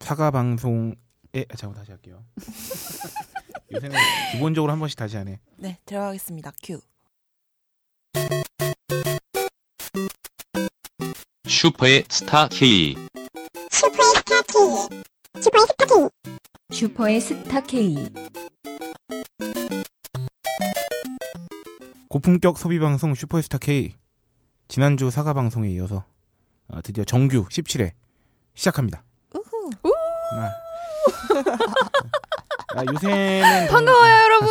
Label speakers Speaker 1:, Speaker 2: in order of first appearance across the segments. Speaker 1: 사과 방송에 아, 잠깐 다시 할게요. 요새는 기본적으로 한 번씩 다시 하네.
Speaker 2: 네, 들어가겠습니다. 큐.
Speaker 3: 슈퍼의 스타 K.
Speaker 4: 슈퍼의 스타 K.
Speaker 1: 고품격 소비 방송 슈퍼스타 K 지난주 사과 방송에 이어서 아, 드디어 정규 17회 시작합니다.
Speaker 2: 우후.
Speaker 1: 아. 아, 요새는
Speaker 5: 반가워요, 여러분.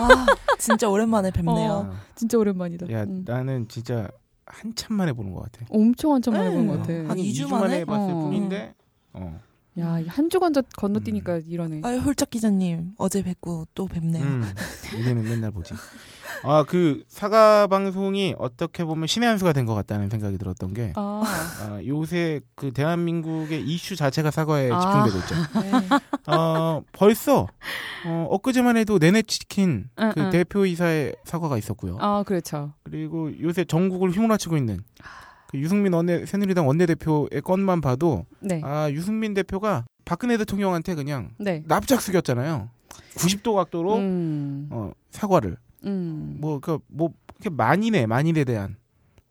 Speaker 2: 와, 아, 진짜 오랜만에 뵙네요.
Speaker 1: 아,
Speaker 5: 진짜 오랜만이다.
Speaker 1: 야
Speaker 5: 음.
Speaker 1: 나는 진짜 한참 만에 보는 것 같아.
Speaker 5: 엄청 한참 만에
Speaker 2: 네.
Speaker 5: 본것 같아.
Speaker 2: 한
Speaker 1: 이
Speaker 2: 이주
Speaker 1: 주 만에
Speaker 2: 만에?
Speaker 1: 해봤을
Speaker 5: 어.
Speaker 1: 뿐인데 어.
Speaker 5: 야, 이한 주간 전 건너뛰니까 이러네.
Speaker 2: 아유, 홀짝 기자님, 어제 뵙고 또 뵙네요.
Speaker 1: 음, 이제는 맨날 보지. 아 그 사과 방송이 어떻게 보면 신의 한 수가 된 것 같다는 생각이 들었던 게
Speaker 5: 아,
Speaker 1: 아, 요새 그 대한민국의 이슈 자체가 사과에
Speaker 5: 아.
Speaker 1: 집중되고 있죠.
Speaker 5: 네.
Speaker 1: 어, 벌써 어, 엊그제만 해도 내내 치킨
Speaker 5: 응,
Speaker 1: 그
Speaker 5: 응.
Speaker 1: 대표이사의 사과가 있었고요.
Speaker 5: 아, 그렇죠.
Speaker 1: 그리고 요새 전국을 휘몰아치고 있는 그 유승민 원내 새누리당 원내대표의 건만 봐도
Speaker 5: 네.
Speaker 1: 아 유승민 대표가 박근혜 대통령한테 그냥
Speaker 5: 네.
Speaker 1: 납작 숙였잖아요. 90도 각도로
Speaker 5: 음.
Speaker 1: 어, 사과를
Speaker 5: 음.
Speaker 1: 뭐 그뭐 뭐, 이렇게 만인에 만인에 대한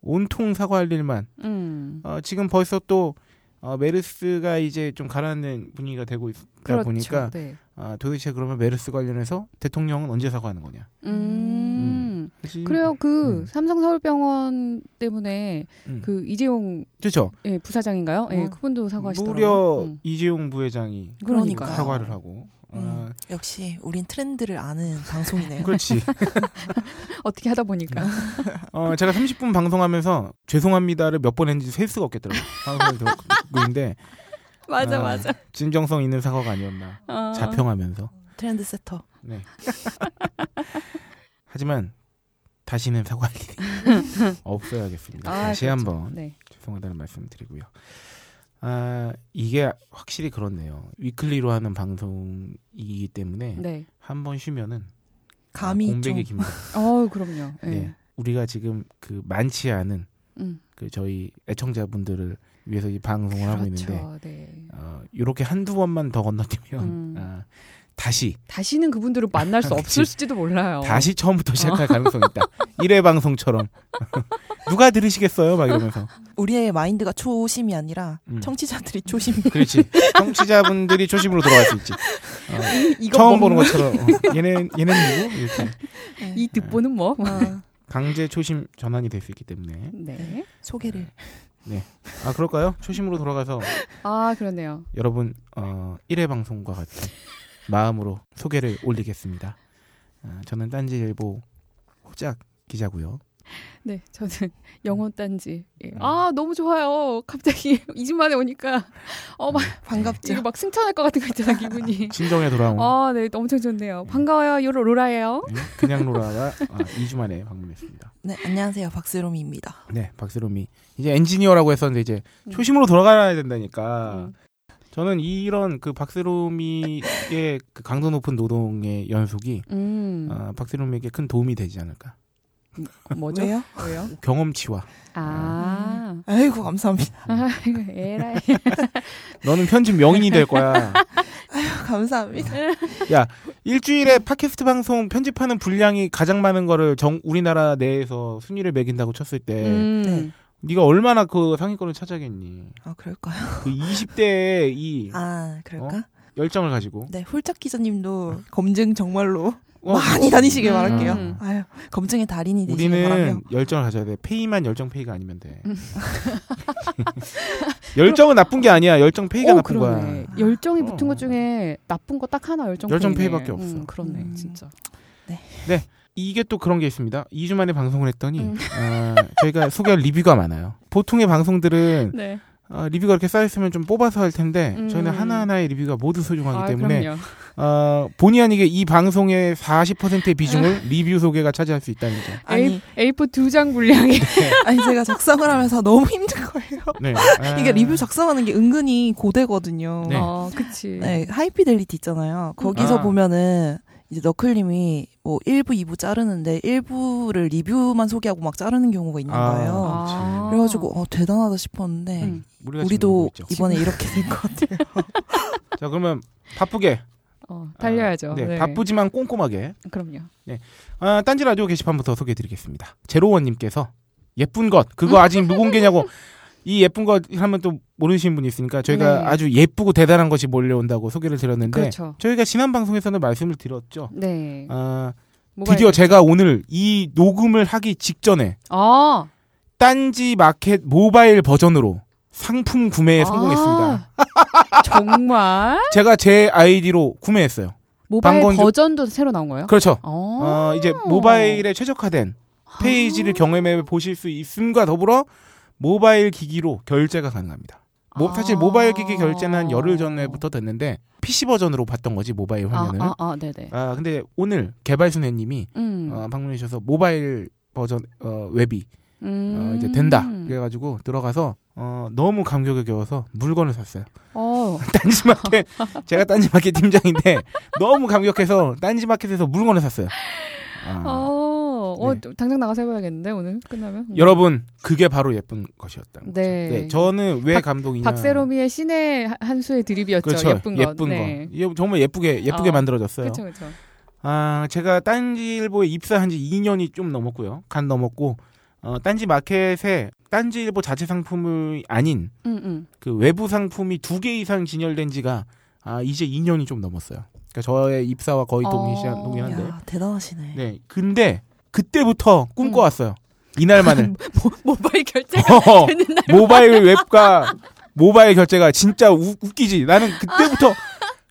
Speaker 1: 온통 사과할 일만
Speaker 5: 음.
Speaker 1: 어, 지금 벌써 또 어, 메르스가 이제 좀 가라앉는 분위기가 되고 있다
Speaker 5: 그렇죠.
Speaker 1: 보니까
Speaker 5: 네.
Speaker 1: 아, 도대체 그러면 메르스 관련해서 대통령은 언제 사과하는 거냐?
Speaker 5: 음.
Speaker 1: 그치?
Speaker 5: 그래요. 그
Speaker 1: 음.
Speaker 5: 삼성 서울병원 때문에
Speaker 1: 음.
Speaker 5: 그 이재용
Speaker 1: 그렇죠.
Speaker 5: 예, 부사장인가요? 예,
Speaker 2: 어.
Speaker 5: 그분도 사과하시더라고요.
Speaker 1: 무려
Speaker 5: 음.
Speaker 1: 이재용 부회장이
Speaker 2: 그러니까.
Speaker 5: 그러니까요.
Speaker 1: 사과를 하고. 아, 음,
Speaker 2: 음, 역시 우린 트렌드를 아는 방송이네요.
Speaker 1: 그렇지.
Speaker 5: 어떻게 하다 보니까.
Speaker 1: 어, 제가 30분 방송하면서 죄송합니다를 몇 번 했는지 셀 수가 없겠더라고요. 방송을 듣고 있는데 아, 진정성 있는 사과가 아니었나
Speaker 5: 아.
Speaker 1: 자평하면서.
Speaker 2: 트렌드 세터.
Speaker 1: 네. 하지만 다시는 사과할 일이 없어야겠습니다.
Speaker 5: 아,
Speaker 1: 다시
Speaker 5: 그렇죠.
Speaker 1: 한번
Speaker 5: 네.
Speaker 1: 죄송하다는 말씀드리고요. 아 이게 확실히 그렇네요. 위클리로 하는 방송이기 때문에
Speaker 5: 네.
Speaker 1: 한 번 쉬면은 아,
Speaker 2: 감이
Speaker 1: 공백이
Speaker 2: 좀
Speaker 1: 깁니다.
Speaker 5: 어, 그럼요. 예.
Speaker 1: 네. 우리가 지금 그 많지 않은
Speaker 5: 음.
Speaker 1: 그 저희 애청자분들을 위해서 이 방송을 하고 있는데
Speaker 5: 그렇죠. 네.
Speaker 1: 어, 이렇게 한두 번만 더 건너뛰면
Speaker 5: 음.
Speaker 1: 아, 다시
Speaker 5: 다시는 그분들을 만날 수
Speaker 1: 아, 그치.
Speaker 5: 없을지도 몰라요.
Speaker 1: 다시 처음부터 시작할
Speaker 5: 어.
Speaker 1: 가능성이 있다. 1회 방송처럼 누가 들으시겠어요? 막 이러면서
Speaker 2: 우리의 마인드가 초심이 아니라
Speaker 1: 음.
Speaker 2: 청취자들이 초심.
Speaker 1: 그렇지. 청취자분들이 초심으로 돌아갈 수 있지. 어,
Speaker 5: 이거
Speaker 1: 처음 보는
Speaker 5: 먹는
Speaker 1: 것처럼 어, 얘네 얘네 누구? 이렇게
Speaker 2: 네.
Speaker 5: 이 득보는 뭐?
Speaker 1: 음.
Speaker 2: 아,
Speaker 1: 강제 초심 전환이 될 수 있기 때문에
Speaker 5: 네.
Speaker 2: 소개를.
Speaker 1: 아 그럴까요? 초심으로 돌아가서
Speaker 5: 아 그러네요.
Speaker 1: 여러분 어, 1회 방송과 같은 마음으로 소개를 올리겠습니다. 아, 저는 딴지일보 호작 기자고요.
Speaker 5: 네, 저는 영혼 딴지. 예.
Speaker 1: 음.
Speaker 5: 아 너무 좋아요. 갑자기 이 집 만에 오니까 어막
Speaker 2: 반갑죠.
Speaker 5: 이거 막 승천할 것 같은 거 있잖아 기분이.
Speaker 1: 네. 친정에 돌아온 음.
Speaker 5: 아, 네, 엄청 좋네요. 반가워요, 요로 로라예요.
Speaker 1: 네, 그냥 로라가 아, 2주 만에 방문했습니다.
Speaker 2: 네, 안녕하세요. 박세롬입니다.
Speaker 1: 네, 박세롬이 이제 엔지니어라고 했었는데 이제 초심으로 돌아가야 된다니까.
Speaker 5: 음.
Speaker 1: 저는 이런 그 박세롬이의 그 강도 높은 노동의 연속이
Speaker 5: 음,
Speaker 1: 아, 박세롬에게 큰 도움이 되지 않을까.
Speaker 5: 뭐죠?
Speaker 2: 왜요?
Speaker 5: 왜요?
Speaker 1: 경험치와
Speaker 5: 아,
Speaker 2: 아이고 감사합니다.
Speaker 5: 아
Speaker 1: 네.
Speaker 5: 이거 에라이.
Speaker 1: 너는 편집 명인이 될 거야.
Speaker 2: 감사합니다.
Speaker 1: 일주일에 팟캐스트 방송 편집하는 분량이 가장 많은 거를 정 우리나라 내에서 순위를 매긴다고 쳤을 때
Speaker 5: 음,
Speaker 2: 네.
Speaker 1: 네가 얼마나 그 상위권을 차지하겠니?
Speaker 2: 아 그럴까요?
Speaker 1: 그 20대의 이
Speaker 2: 아 그럴까?
Speaker 1: 열정을 가지고
Speaker 2: 네, 홀짝 기자님도 검증 정말로
Speaker 1: 어,
Speaker 2: 많이 다니시길
Speaker 5: 음.
Speaker 2: 바랄게요.
Speaker 5: 음.
Speaker 2: 아유, 검증의 달인이 되시길 바라며.
Speaker 1: 우리는 열정을 가져야 돼. 페이만 열정 페이가 아니면 돼. 열정은 나쁜 게 아니야. 열정 페이가
Speaker 5: 오,
Speaker 1: 나쁜
Speaker 5: 그러네.
Speaker 1: 거야.
Speaker 5: 열정이
Speaker 1: 어.
Speaker 5: 붙은 것 중에 나쁜 거 딱 하나 열정.
Speaker 1: 열정
Speaker 5: 페이네.
Speaker 1: 페이밖에 없어.
Speaker 5: 음, 그렇네,
Speaker 2: 음.
Speaker 5: 진짜.
Speaker 1: 이게 또 그런 게 있습니다. 2주 만에 방송을 했더니
Speaker 5: 음.
Speaker 1: 아, 저희가 소개할 리뷰가 많아요. 보통의 방송들은
Speaker 5: 네.
Speaker 1: 아, 리뷰가 이렇게 쌓여있으면 좀 뽑아서 할 텐데
Speaker 5: 음.
Speaker 1: 저희는 하나하나의 리뷰가 모두 소중하기
Speaker 5: 아,
Speaker 1: 때문에
Speaker 5: 그럼요.
Speaker 1: 아, 본의 아니게 이 방송의 40%의 비중을 리뷰 소개가 차지할 수 있다는 점.
Speaker 2: 아니,
Speaker 5: A4 두 장 분량이.
Speaker 2: 아니 제가 작성을 하면서 너무 힘든 거예요.
Speaker 1: 네. 아,
Speaker 2: 이게 리뷰 작성하는 게 은근히 고되거든요.
Speaker 1: 네.
Speaker 5: 어, 그치.
Speaker 2: 네, 하이피델리티 있잖아요. 거기서
Speaker 1: 아.
Speaker 2: 보면은 이제 너클님이 뭐 1부, 2부 자르는데 1부를 리뷰만 소개하고 막 자르는 경우가 있는
Speaker 1: 아.
Speaker 2: 거예요.
Speaker 1: 아.
Speaker 2: 그래가지고 어, 대단하다 싶었는데
Speaker 5: 음.
Speaker 1: 우리가 지금 네.
Speaker 2: 우리도
Speaker 1: 보고 있죠.
Speaker 2: 이번에 이렇게 된 것 같아요.
Speaker 1: 자 그러면 바쁘게
Speaker 5: 어,
Speaker 1: 아,
Speaker 5: 달려야죠.
Speaker 1: 네, 바쁘지만 꼼꼼하게
Speaker 5: 그럼요.
Speaker 1: 아, 딴지 라디오 게시판부터 소개해드리겠습니다. 제로원님께서 예쁜 것 그거 아직 무공개냐고 이 예쁜 것 하면 또 모르시는 분이 있으니까 저희가
Speaker 5: 네.
Speaker 1: 아주 예쁘고 대단한 것이 몰려온다고 소개를 드렸는데
Speaker 5: 그렇죠.
Speaker 1: 저희가 지난 방송에서는 말씀을 드렸죠.
Speaker 5: 네.
Speaker 1: 아,
Speaker 5: 뭐가
Speaker 1: 드디어
Speaker 5: 있-
Speaker 1: 제가 오늘 이 녹음을 하기 직전에
Speaker 5: 아,
Speaker 1: 딴지 마켓 모바일 버전으로 상품 구매에 네,
Speaker 5: 아.
Speaker 1: 성공했습니다.
Speaker 5: 정말
Speaker 1: 제가 제 아이디로 구매했어요.
Speaker 5: 모바일
Speaker 1: 방건조-
Speaker 5: 버전도 새로 나온 거예요?
Speaker 1: 그렇죠.
Speaker 5: 어. 아.
Speaker 1: 어, 이제 모바일에 최적화된 페이지를 경험해 보실 수 있음과 더불어 모바일 기기로 결제가 가능합니다. 모- 사실
Speaker 5: 아.
Speaker 1: 모바일 기기 결제는 한 열흘 전에부터 됐는데 PC 버전으로 봤던 거지 모바일
Speaker 5: 아,
Speaker 1: 화면을.
Speaker 5: 아,
Speaker 1: 아,
Speaker 5: 아, 네네.
Speaker 1: 근데 오늘 개발순애님이
Speaker 5: 음.
Speaker 1: 어, 방문해 주셔서 모바일 버전 어, 웹이 어,
Speaker 5: 음.
Speaker 1: 이제 된다. 그래가지고 들어가서 어, 너무 감격에 겨워서 물건을 샀어요.
Speaker 5: 어,
Speaker 1: 딴지마켓 제가 딴지마켓 팀장인데 너무 감격해서 딴지마켓에서 물건을 샀어요. 아.
Speaker 5: 어, 어,
Speaker 1: 네.
Speaker 5: 또 당장 나가서 해봐야겠는데 오늘 끝나면. 음.
Speaker 1: 여러분 그게 바로 예쁜 것이었다. 는
Speaker 5: 네.
Speaker 1: 네, 저는 왜
Speaker 5: 박-
Speaker 1: 감동이냐?
Speaker 5: 박세롬이의 신의 하- 한 수의 드립이었죠.
Speaker 1: 그렇죠.
Speaker 5: 예쁜 것.
Speaker 1: 예쁜
Speaker 5: 네.
Speaker 1: 거. 이게 정말 예쁘게 예쁘게
Speaker 5: 어,
Speaker 1: 만들어졌어요.
Speaker 5: 그렇죠, 그렇죠.
Speaker 1: 아 제가 딴지일보에 입사한 지 2년이 좀 넘었고요. 간 넘었고 어, 딴지 마켓에 딴지일보 자체 상품이 아닌
Speaker 5: 음, 음.
Speaker 1: 그 외부 상품이 두 개 이상 진열된 지가 아 이제 2년이 좀 넘었어요. 그러니까 저의 입사와 거의 동일시한
Speaker 5: 어,
Speaker 1: 동일한데.
Speaker 2: 야, 아, 대단하시네.
Speaker 1: 네. 근데 그때부터 꿈꿔왔어요. 이날만을
Speaker 5: 음. 모, 바일 결제.
Speaker 1: 어,
Speaker 5: 되는 날.
Speaker 1: 모바일 웹과 모바일 결제가 진짜 우- 웃기지. 나는 그때부터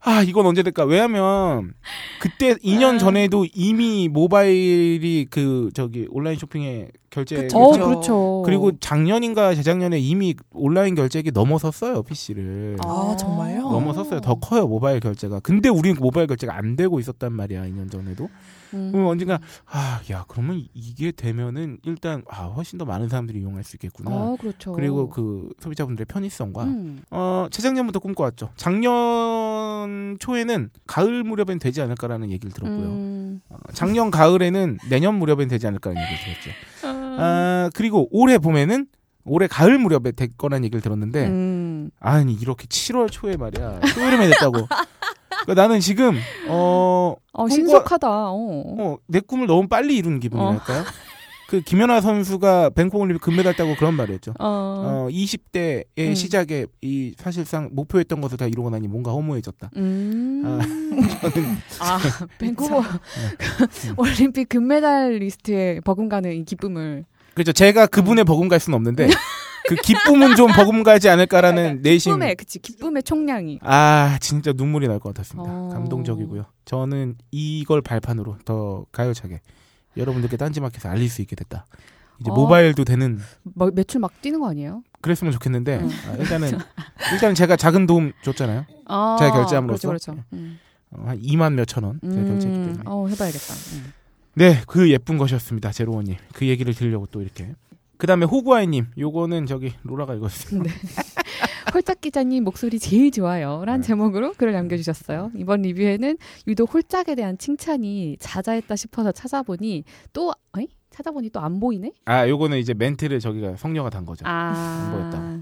Speaker 1: 아 이건 언제 될까? 왜냐면 그때
Speaker 5: 아.
Speaker 1: 2년 전에도 이미 모바일이 그 저기 온라인 쇼핑에 결제
Speaker 2: 그쵸.
Speaker 5: 어,
Speaker 2: 그렇죠.
Speaker 5: 그렇죠.
Speaker 1: 그리고 작년인가 재작년에 이미 온라인 결제기 넘어섰어요 PC를.
Speaker 2: 아, 정말요?
Speaker 1: 예. 넘어섰어요. 더 커요 모바일 결제가. 근데 우리는 모바일 결제가 안 되고 있었단 말이야 2년 전에도.
Speaker 5: 음.
Speaker 1: 그럼 언젠가 아야 그러면 이게 되면은 일단 아 훨씬 더 많은 사람들이 이용할 수 있겠구나.
Speaker 5: 어, 그렇죠.
Speaker 1: 아, 그리고 그 소비자분들의 편의성과
Speaker 5: 음.
Speaker 1: 어 재작년부터 꿈꿔왔죠. 작년 초에는 가을 무렵엔 되지 않을까라는 얘기를 들었고요.
Speaker 5: 음.
Speaker 1: 어, 작년 가을에는 내년 무렵엔 되지 않을까라는 얘기를 들었죠.
Speaker 5: 아.
Speaker 1: 아 그리고 올해 봄에는 올해 가을 무렵에 될 거라는 얘기를 들었는데
Speaker 5: 음.
Speaker 1: 아니 이렇게 7월 초에 말이야 초여름에 됐다고. 그러니까 나는 지금 어
Speaker 5: 어,
Speaker 1: 꿈꿔-
Speaker 5: 신속하다. 어.
Speaker 1: 어, 내 꿈을 너무 빨리 이룬 기분이랄까요? 그 김연아 선수가 뱅콩올림픽 금메달 따고 그런 말을 했죠.
Speaker 5: 어.
Speaker 1: 어, 20대의
Speaker 5: 음.
Speaker 1: 시작에 이 사실상 목표했던 것을 다 이루고 나니 뭔가 허무해졌다.
Speaker 5: 음.
Speaker 1: 아,
Speaker 5: 아, 밴쿠버
Speaker 1: 네.
Speaker 5: 올림픽 금메달 리스트에 버금가는 이 기쁨을.
Speaker 1: 그렇죠. 제가 그분의 버금갈 수는 없는데 그 기쁨은 좀 버금가지 않을까라는 내심.
Speaker 5: 기쁨의 그치 기쁨의 총량이.
Speaker 1: 아 진짜 눈물이 날 것 같았습니다.
Speaker 5: 어.
Speaker 1: 감동적이고요. 저는 이걸 발판으로 더 가열차게 여러분들께 딴지마켓에서 알릴 수 있게 됐다. 이제
Speaker 5: 어.
Speaker 1: 모바일도 되는
Speaker 5: 뭐, 매출 막 뛰는 거 아니에요?
Speaker 1: 그랬으면 좋겠는데
Speaker 5: 음.
Speaker 1: 아, 일단은 일단 제가 작은 도움 줬잖아요.
Speaker 5: 아,
Speaker 1: 제가 결제함으로써?
Speaker 5: 그렇죠. 그렇죠. 음.
Speaker 1: 어, 한 2만 몇천 원 제가 결제했기
Speaker 5: 음,
Speaker 1: 때문에.
Speaker 5: 어, 해봐야겠다. 음.
Speaker 1: 네, 그 예쁜 것이었습니다, 제로원님. 그 얘기를 들으려고 또 이렇게. 그 다음에 호구아이님, 요거는 저기 로라가 읽었어요.
Speaker 5: 네. 홀짝 기자님 목소리 제일 좋아요. 란
Speaker 1: 네.
Speaker 5: 제목으로 글을 남겨주셨어요. 이번 리뷰에는 유독 홀짝에 대한 칭찬이 자자했다 싶어서 찾아보니 또, 어이? 찾아보니 또 안 보이네?
Speaker 1: 아, 요거는 이제 멘트를 저기가 성녀가 단 거죠. 안
Speaker 5: 아.
Speaker 1: 보였다.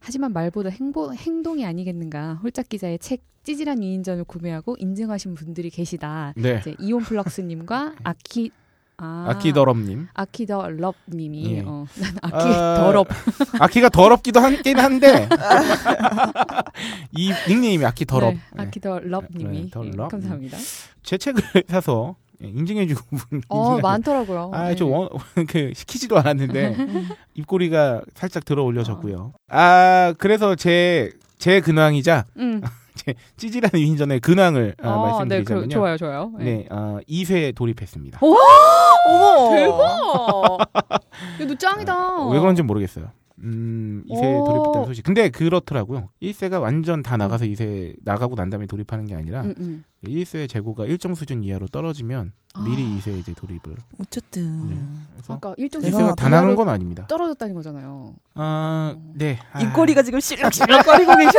Speaker 5: 하지만 말보다 행보, 행동이 아니겠는가. 홀짝 기자의 책 찌질한 위인전을 구매하고 인증하신 분들이 계시다.
Speaker 1: 네,
Speaker 5: 이제 이온 플럭스님과 아키 아,
Speaker 1: 예. 아키더럽님.
Speaker 5: 아키더 럽님이
Speaker 1: 예.
Speaker 5: 어, 난 아키더럽
Speaker 1: 아키가 더럽기도 한긴 한데 이 닉네임이 아키더럽. 예.
Speaker 5: 네, 아키더 럽님이
Speaker 1: 네, 더
Speaker 5: 예,
Speaker 1: 럽.
Speaker 5: 감사합니다.
Speaker 1: 제 책을 사서 예, 인증해주고 분.
Speaker 5: 어 많더라고요.
Speaker 1: 아,
Speaker 5: 네.
Speaker 1: 저 원, 그, 시키지도 않았는데, 입꼬리가 살짝 들어 올려졌고요. 아, 그래서 제, 제 근황이자,
Speaker 5: 음.
Speaker 1: 찌질한 위인전의 근황을 아,
Speaker 5: 어,
Speaker 1: 말씀드리자면요.
Speaker 5: 네, 그, 좋아요, 좋아요. 예.
Speaker 1: 네, 어, 2회에 돌입했습니다.
Speaker 5: 오,
Speaker 2: 어머.
Speaker 5: 대박. 야, 너 짱이다.
Speaker 1: 아, 왜 그런지 모르겠어요. 음, 2세에
Speaker 5: 오.
Speaker 1: 돌입했다는 소식. 근데 그렇더라고요. 1세가 완전 다 나가서 2세 나가고 난 다음에 돌입하는 게 아니라
Speaker 5: 음, 음.
Speaker 1: 1세의 재고가 일정 수준 이하로 떨어지면 미리
Speaker 5: 아.
Speaker 1: 2세에 이제 돌입을 네.
Speaker 2: 어쨌든
Speaker 1: 해서
Speaker 5: 아까 일종
Speaker 2: 내가
Speaker 1: 1세가 다 나간 건 아닙니다.
Speaker 5: 떨어졌다는 거잖아요.
Speaker 1: 아,
Speaker 5: 어.
Speaker 1: 네. 아,
Speaker 2: 입꼬리가 지금 실룩실룩거리고 계셔.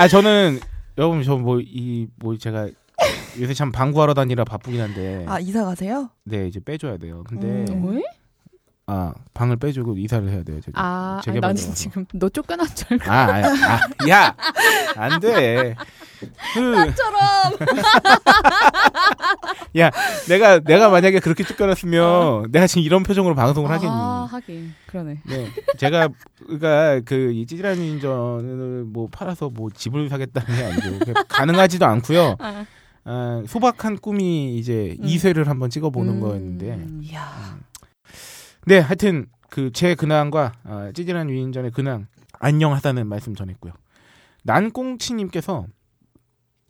Speaker 1: 아, 저는 여러분 저 뭐 이 뭐 제가 요새 참
Speaker 5: 아.
Speaker 1: 방구하러 다니라 바쁘긴 한데
Speaker 2: 아 이사 가세요?
Speaker 1: 네 이제 빼줘야 돼요. 근데
Speaker 2: 음.
Speaker 5: 왜?
Speaker 1: 아 방을 빼주고 이사를 해야 돼요. 저기.
Speaker 5: 아, 아니,
Speaker 1: 재개발
Speaker 5: 나는
Speaker 1: 들어가서.
Speaker 5: 지금 너 쫓겨난 줄 알고.
Speaker 1: 아, 아, 아, 야, 안 돼. 그,
Speaker 5: 처럼
Speaker 1: 야, 내가 내가 만약에 그렇게 쫓겨났으면 내가 지금 이런 표정으로 방송을 하겠니?
Speaker 5: 어. 아, 하긴. 그러네.
Speaker 1: 네, 제가 그러니까 그 이 찌질한 인전을 뭐 팔아서 뭐 집을 사겠다는 게 아니고 그냥 가능하지도 않고요.
Speaker 5: 아.
Speaker 1: 아, 소박한 꿈이 이제
Speaker 5: 음.
Speaker 1: 2쇄를 한번 찍어보는
Speaker 5: 음.
Speaker 1: 거였는데,
Speaker 2: 이야.
Speaker 1: 네, 하여튼 그 제 근황과 아, 찌질한 위인전의 근황 안녕하다는 말씀 전했고요. 난꽁치님께서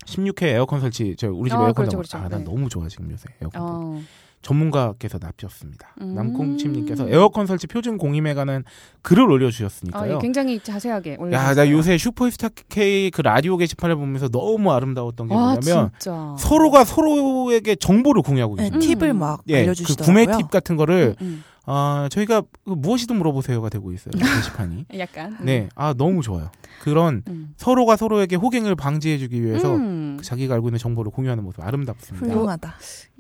Speaker 1: 16회 에어컨 설치 저 우리 집
Speaker 5: 아,
Speaker 1: 에어컨
Speaker 5: 그렇죠,
Speaker 1: 정-
Speaker 5: 그렇죠.
Speaker 1: 아, 난
Speaker 5: 네.
Speaker 1: 너무 좋아 지금 요새 에어컨.
Speaker 5: 어.
Speaker 1: 전문가께서 납셨습니다.
Speaker 5: 음.
Speaker 1: 남꽁치님께서 에어컨 설치 표준 공임에 관한 글을
Speaker 5: 아,
Speaker 1: 올려주셨으니까요.
Speaker 5: 예, 굉장히 자세하게 올려.
Speaker 1: 야, 나 요새 슈퍼스타 K 그 라디오 게시판을 보면서 너무 아름다웠던 게
Speaker 5: 와,
Speaker 1: 뭐냐면
Speaker 5: 진짜.
Speaker 1: 서로가 서로에게 정보를 공유하고
Speaker 2: 네,
Speaker 1: 있는.
Speaker 5: 팁
Speaker 2: 팁을
Speaker 5: 음.
Speaker 2: 막
Speaker 1: 예, 그
Speaker 2: 알려주시더라고요. 네.
Speaker 1: 구매 팁 같은 거를
Speaker 5: 음, 음.
Speaker 1: 아 저희가 그 무엇이든 물어보세요가 되고 있어요 게시판이.
Speaker 5: 약간. 음.
Speaker 1: 네, 아 너무 좋아요. 그런
Speaker 5: 음.
Speaker 1: 서로가 서로에게 호갱을 방지해주기 위해서 그
Speaker 5: 음.
Speaker 1: 자기가 알고 있는 정보를 공유하는 모습 아름답습니다.
Speaker 2: 훌륭하다.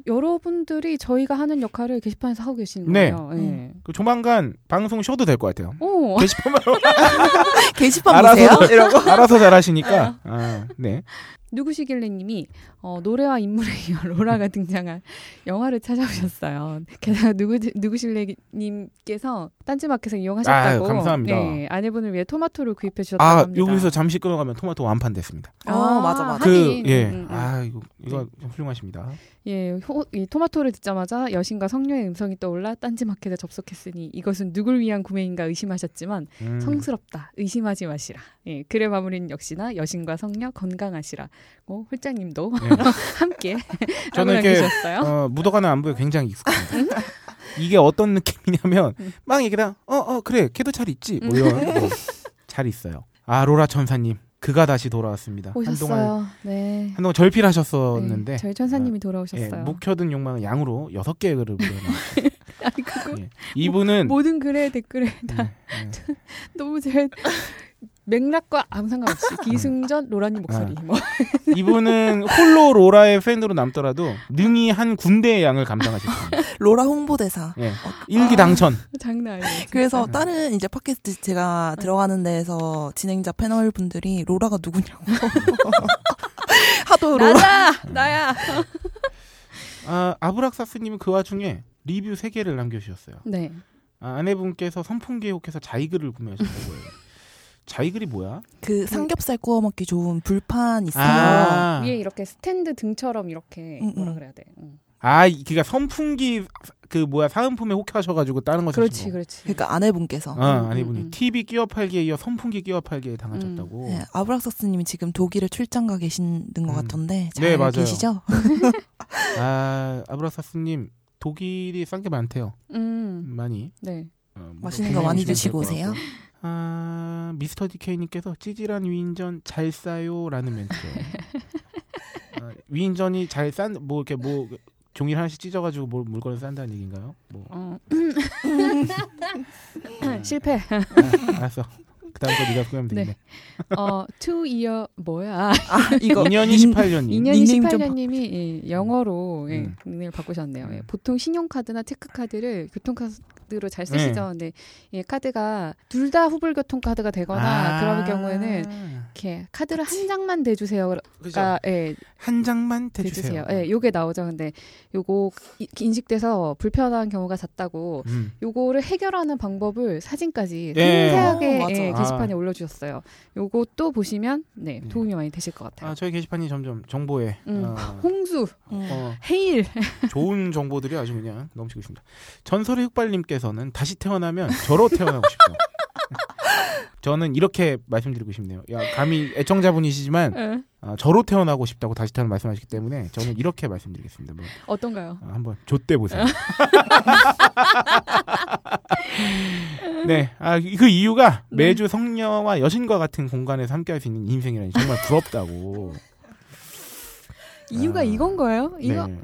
Speaker 5: 여러분들이 저희가 하는 역할을 게시판에서 하고 계시는
Speaker 1: 네.
Speaker 5: 거예요. 예.
Speaker 1: 그 조만간 방송 쉬어도 될 것 같아요.
Speaker 5: 오.
Speaker 1: 게시판만
Speaker 2: 게시판
Speaker 1: 알아서
Speaker 2: 뭐? 보세요. 이러고.
Speaker 1: 알아서 잘하시니까. 아, 네.
Speaker 5: 누구시길래님이 어, 노래와 인물의 이어 로라가 등장한 영화를 찾아오셨어요. 게다가 누구 누구실래님께서 딴지마켓에서 이용하셨다고.
Speaker 1: 아유, 감사합니다.
Speaker 5: 네, 아내분을 위해 토마토를 구입해 주셨다고
Speaker 1: 아
Speaker 5: 합니다.
Speaker 1: 여기서 잠시 끊어가면 토마토 완판 됐습니다.
Speaker 2: 아, 맞아, 맞아.
Speaker 1: 그
Speaker 5: 하긴.
Speaker 1: 예.
Speaker 5: 음, 음.
Speaker 1: 아 이거 이거 훌륭하십니다.
Speaker 5: 예, 호- 이 토마토를 듣자마자 여신과 성녀의 음성이 떠올라 딴지마켓에 접속했으니 이것은 누굴 위한 구매인가 의심하셨지만
Speaker 1: 음.
Speaker 5: 성스럽다 의심하지 마시라. 예, 글의 마무리는 역시나 여신과 성녀 건강하시라. 고 홀장님도
Speaker 1: 네.
Speaker 5: 함께
Speaker 1: 저는
Speaker 5: 저는
Speaker 1: 이렇게,
Speaker 5: 계셨어요. 음?
Speaker 1: 어, 묻어가는 안부에 굉장히 익숙합니다. 이게 어떤 느낌이냐면 막 얘기다. 어어 그래 걔도 잘 있지.
Speaker 5: 음.
Speaker 1: 뭐 이런 거. 잘 있어요. 아 로라 천사님 그가 다시 돌아왔습니다. 한동안
Speaker 5: 오셨어요. 네.
Speaker 1: 한동안 절필하셨었는데.
Speaker 5: 네, 저희 천사님이 돌아오셨어요.
Speaker 1: 예, 묵혀둔 욕망은 양으로 여섯 개의 글을 보내요.
Speaker 5: 아니 그거
Speaker 1: 이분은
Speaker 5: 모든 글에 댓글에 다
Speaker 1: 예, 예.
Speaker 5: 너무 제 맥락과 아무 상관없이 기승전 로라님 목소리
Speaker 1: 아.
Speaker 5: 뭐
Speaker 1: 이분은 홀로 로라의 팬으로 남더라도 능히 한 군대의 양을 감당하셨습니다.
Speaker 2: 로라 홍보대사.
Speaker 1: 예. 일기 당천.
Speaker 5: 장난 아니에요. 진짜.
Speaker 2: 그래서
Speaker 1: 음.
Speaker 2: 다른 이제 팟캐스트 제가 들어가는 데에서 진행자 패널 분들이 로라가 누구냐고 하도 로라
Speaker 5: 나다 나야.
Speaker 1: 아, 아브락사스님은 그 와중에 리뷰 세개를 남겨주셨어요.
Speaker 5: 네.
Speaker 1: 아, 아내분께서 선풍기 혹해서 자이글을 구매하셨던 거예요. 자이글이 뭐야?
Speaker 2: 그 삼겹살 구워 먹기 좋은
Speaker 1: 아.
Speaker 2: 불판 있어요.
Speaker 5: 아. 위에 이렇게 스탠드 등처럼 이렇게
Speaker 2: 음,
Speaker 5: 뭐라
Speaker 2: 음.
Speaker 5: 그래야 돼. 어. 응.
Speaker 1: 아, 이- 그니까 선풍기 그 뭐야 사은품에 혹해하셔가지고 다른 거
Speaker 5: 그렇지
Speaker 1: 사신 거.
Speaker 5: 그렇지.
Speaker 2: 그러니까 아내분께서
Speaker 1: 아,
Speaker 5: 음,
Speaker 1: 아내분이
Speaker 5: 음, 음.
Speaker 1: TV 끼워 팔기에 이어 선풍기 끼워 팔기에 당하셨다고.
Speaker 2: 네, 아브락사스님이 지금 독일에 출장 가 계시는 것
Speaker 1: 음.
Speaker 2: 같던데 잘
Speaker 1: 네, 맞아요.
Speaker 2: 계시죠?
Speaker 1: 아, 아브락사스님 독일이 싼 게 많대요.
Speaker 5: 음.
Speaker 1: 많이.
Speaker 5: 네.
Speaker 1: 어, 뭐
Speaker 2: 맛있는 거
Speaker 1: 구매해
Speaker 2: 많이
Speaker 1: 오시면
Speaker 2: 드시고
Speaker 1: 될것
Speaker 2: 오세요.
Speaker 1: 같고. 아, 미스터 디케이님께서 찌질한 위인전 잘 싸요라는 멘트. 아, 위인전이 잘 싼 뭐 이렇게 뭐 종이 하나씩 찢어가지고 뭘 물건을 싼다는 얘기인가요? 뭐
Speaker 5: 어.
Speaker 1: 아,
Speaker 5: 실패.
Speaker 1: 아, 알았어. 그다음 거 네가 소개하면
Speaker 5: 네.
Speaker 1: 되겠네.
Speaker 5: 어, 투 이어 뭐야?
Speaker 1: 아,
Speaker 2: 이거
Speaker 1: 2년이
Speaker 2: 인-
Speaker 1: 18년이.
Speaker 5: 인연이
Speaker 2: 닉네임 좀
Speaker 5: 18년님이 예, 영어로 예,
Speaker 1: 음.
Speaker 5: 닉네임을 바꾸셨네요. 예,
Speaker 1: 음.
Speaker 5: 보통 신용카드나 체크카드를 교통카드로 잘 쓰시죠. 근데 예, 카드가 둘 다 후불 교통카드가
Speaker 1: 아.
Speaker 5: 되거나 그런 경우에는 이렇게 카드를 한 장만 대주세요가
Speaker 1: 그죠.
Speaker 5: 예,
Speaker 1: 한 장만
Speaker 5: 대주세요.
Speaker 1: 대주세요. 어.
Speaker 5: 예, 요게 나오죠. 근데 요거 이- 인식돼서 불편한 경우가 잦다고
Speaker 1: 음.
Speaker 5: 요거를 해결하는 방법을 사진까지
Speaker 1: 예.
Speaker 5: 상세하게
Speaker 2: 어, 맞아.
Speaker 5: 예,
Speaker 1: 아.
Speaker 5: 게시판에 올려주셨어요. 요것도 보시면 네
Speaker 1: 네.
Speaker 5: 도움이 많이 되실 것 같아요.
Speaker 1: 아, 저희 게시판이 점점 정보에
Speaker 5: 음.
Speaker 1: 어,
Speaker 5: 홍수,
Speaker 2: 음.
Speaker 1: 어,
Speaker 5: 헤일,
Speaker 1: 좋은 정보들이 아주 그냥 넘치고 있습니다. 전설의 흑발님께서는 다시 태어나면 저로 태어나고 싶다. 저는 이렇게 말씀드리고 싶네요. 야, 감히 애청자분이시지만
Speaker 5: 예.
Speaker 1: 아, 저로 태어나고 싶다고 다시 태어나 말씀하시기 때문에 저는 이렇게 말씀드리겠습니다. 뭐,
Speaker 5: 어떤가요?
Speaker 1: 아, 한번 좆대 보세요. 네, 아, 그 이유가
Speaker 5: 네.
Speaker 1: 매주 성녀와 여신과 같은 공간에서 함께할 수 있는 인생이라니 정말 부럽다고.
Speaker 5: 이유가
Speaker 1: 아.
Speaker 5: 이건 거예요? 이거
Speaker 1: 네.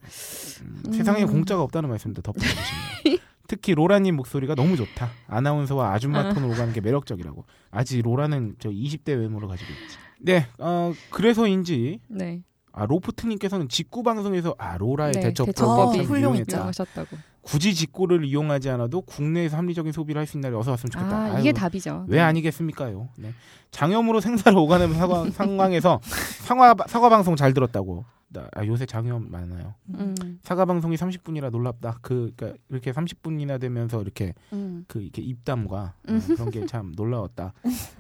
Speaker 1: 음, 세상에
Speaker 5: 음.
Speaker 1: 공짜가 없다는 말씀도 덧붙이시네요. 특히 로라님 목소리가 너무 좋다. 아나운서와 아줌마 톤을 오가는 게 매력적이라고. 아직 로라는 저 20대 외모를 가지고 있지. 네, 어, 그래서인지
Speaker 5: 네.
Speaker 1: 아, 로프트님께서는 직구 방송에서 아 로라의
Speaker 5: 네,
Speaker 1: 대처법
Speaker 2: 대처법이
Speaker 1: 참
Speaker 2: 훌륭했죠.
Speaker 1: 유용했다.
Speaker 5: 유명하셨다고.
Speaker 1: 굳이 직고를 이용하지 않아도 국내에서 합리적인 소비를 할 수 있는 날이 어서 왔으면 좋겠다.
Speaker 5: 아,
Speaker 1: 아유,
Speaker 5: 이게 답이죠.
Speaker 1: 왜 아니겠습니까요? 네. 장염으로 생사를 오가는 상황, 상황에서 상화, 사과 방송 잘 들었다고. 나, 아, 요새 장염 많아요.
Speaker 5: 음,
Speaker 1: 사과 방송이 30분이라 놀랍다. 그 그러니까 이렇게 30분이나 되면서 이렇게
Speaker 5: 음,
Speaker 1: 그 이렇게 입담과 어,
Speaker 5: 음.
Speaker 1: 그런 게 참 놀라웠다.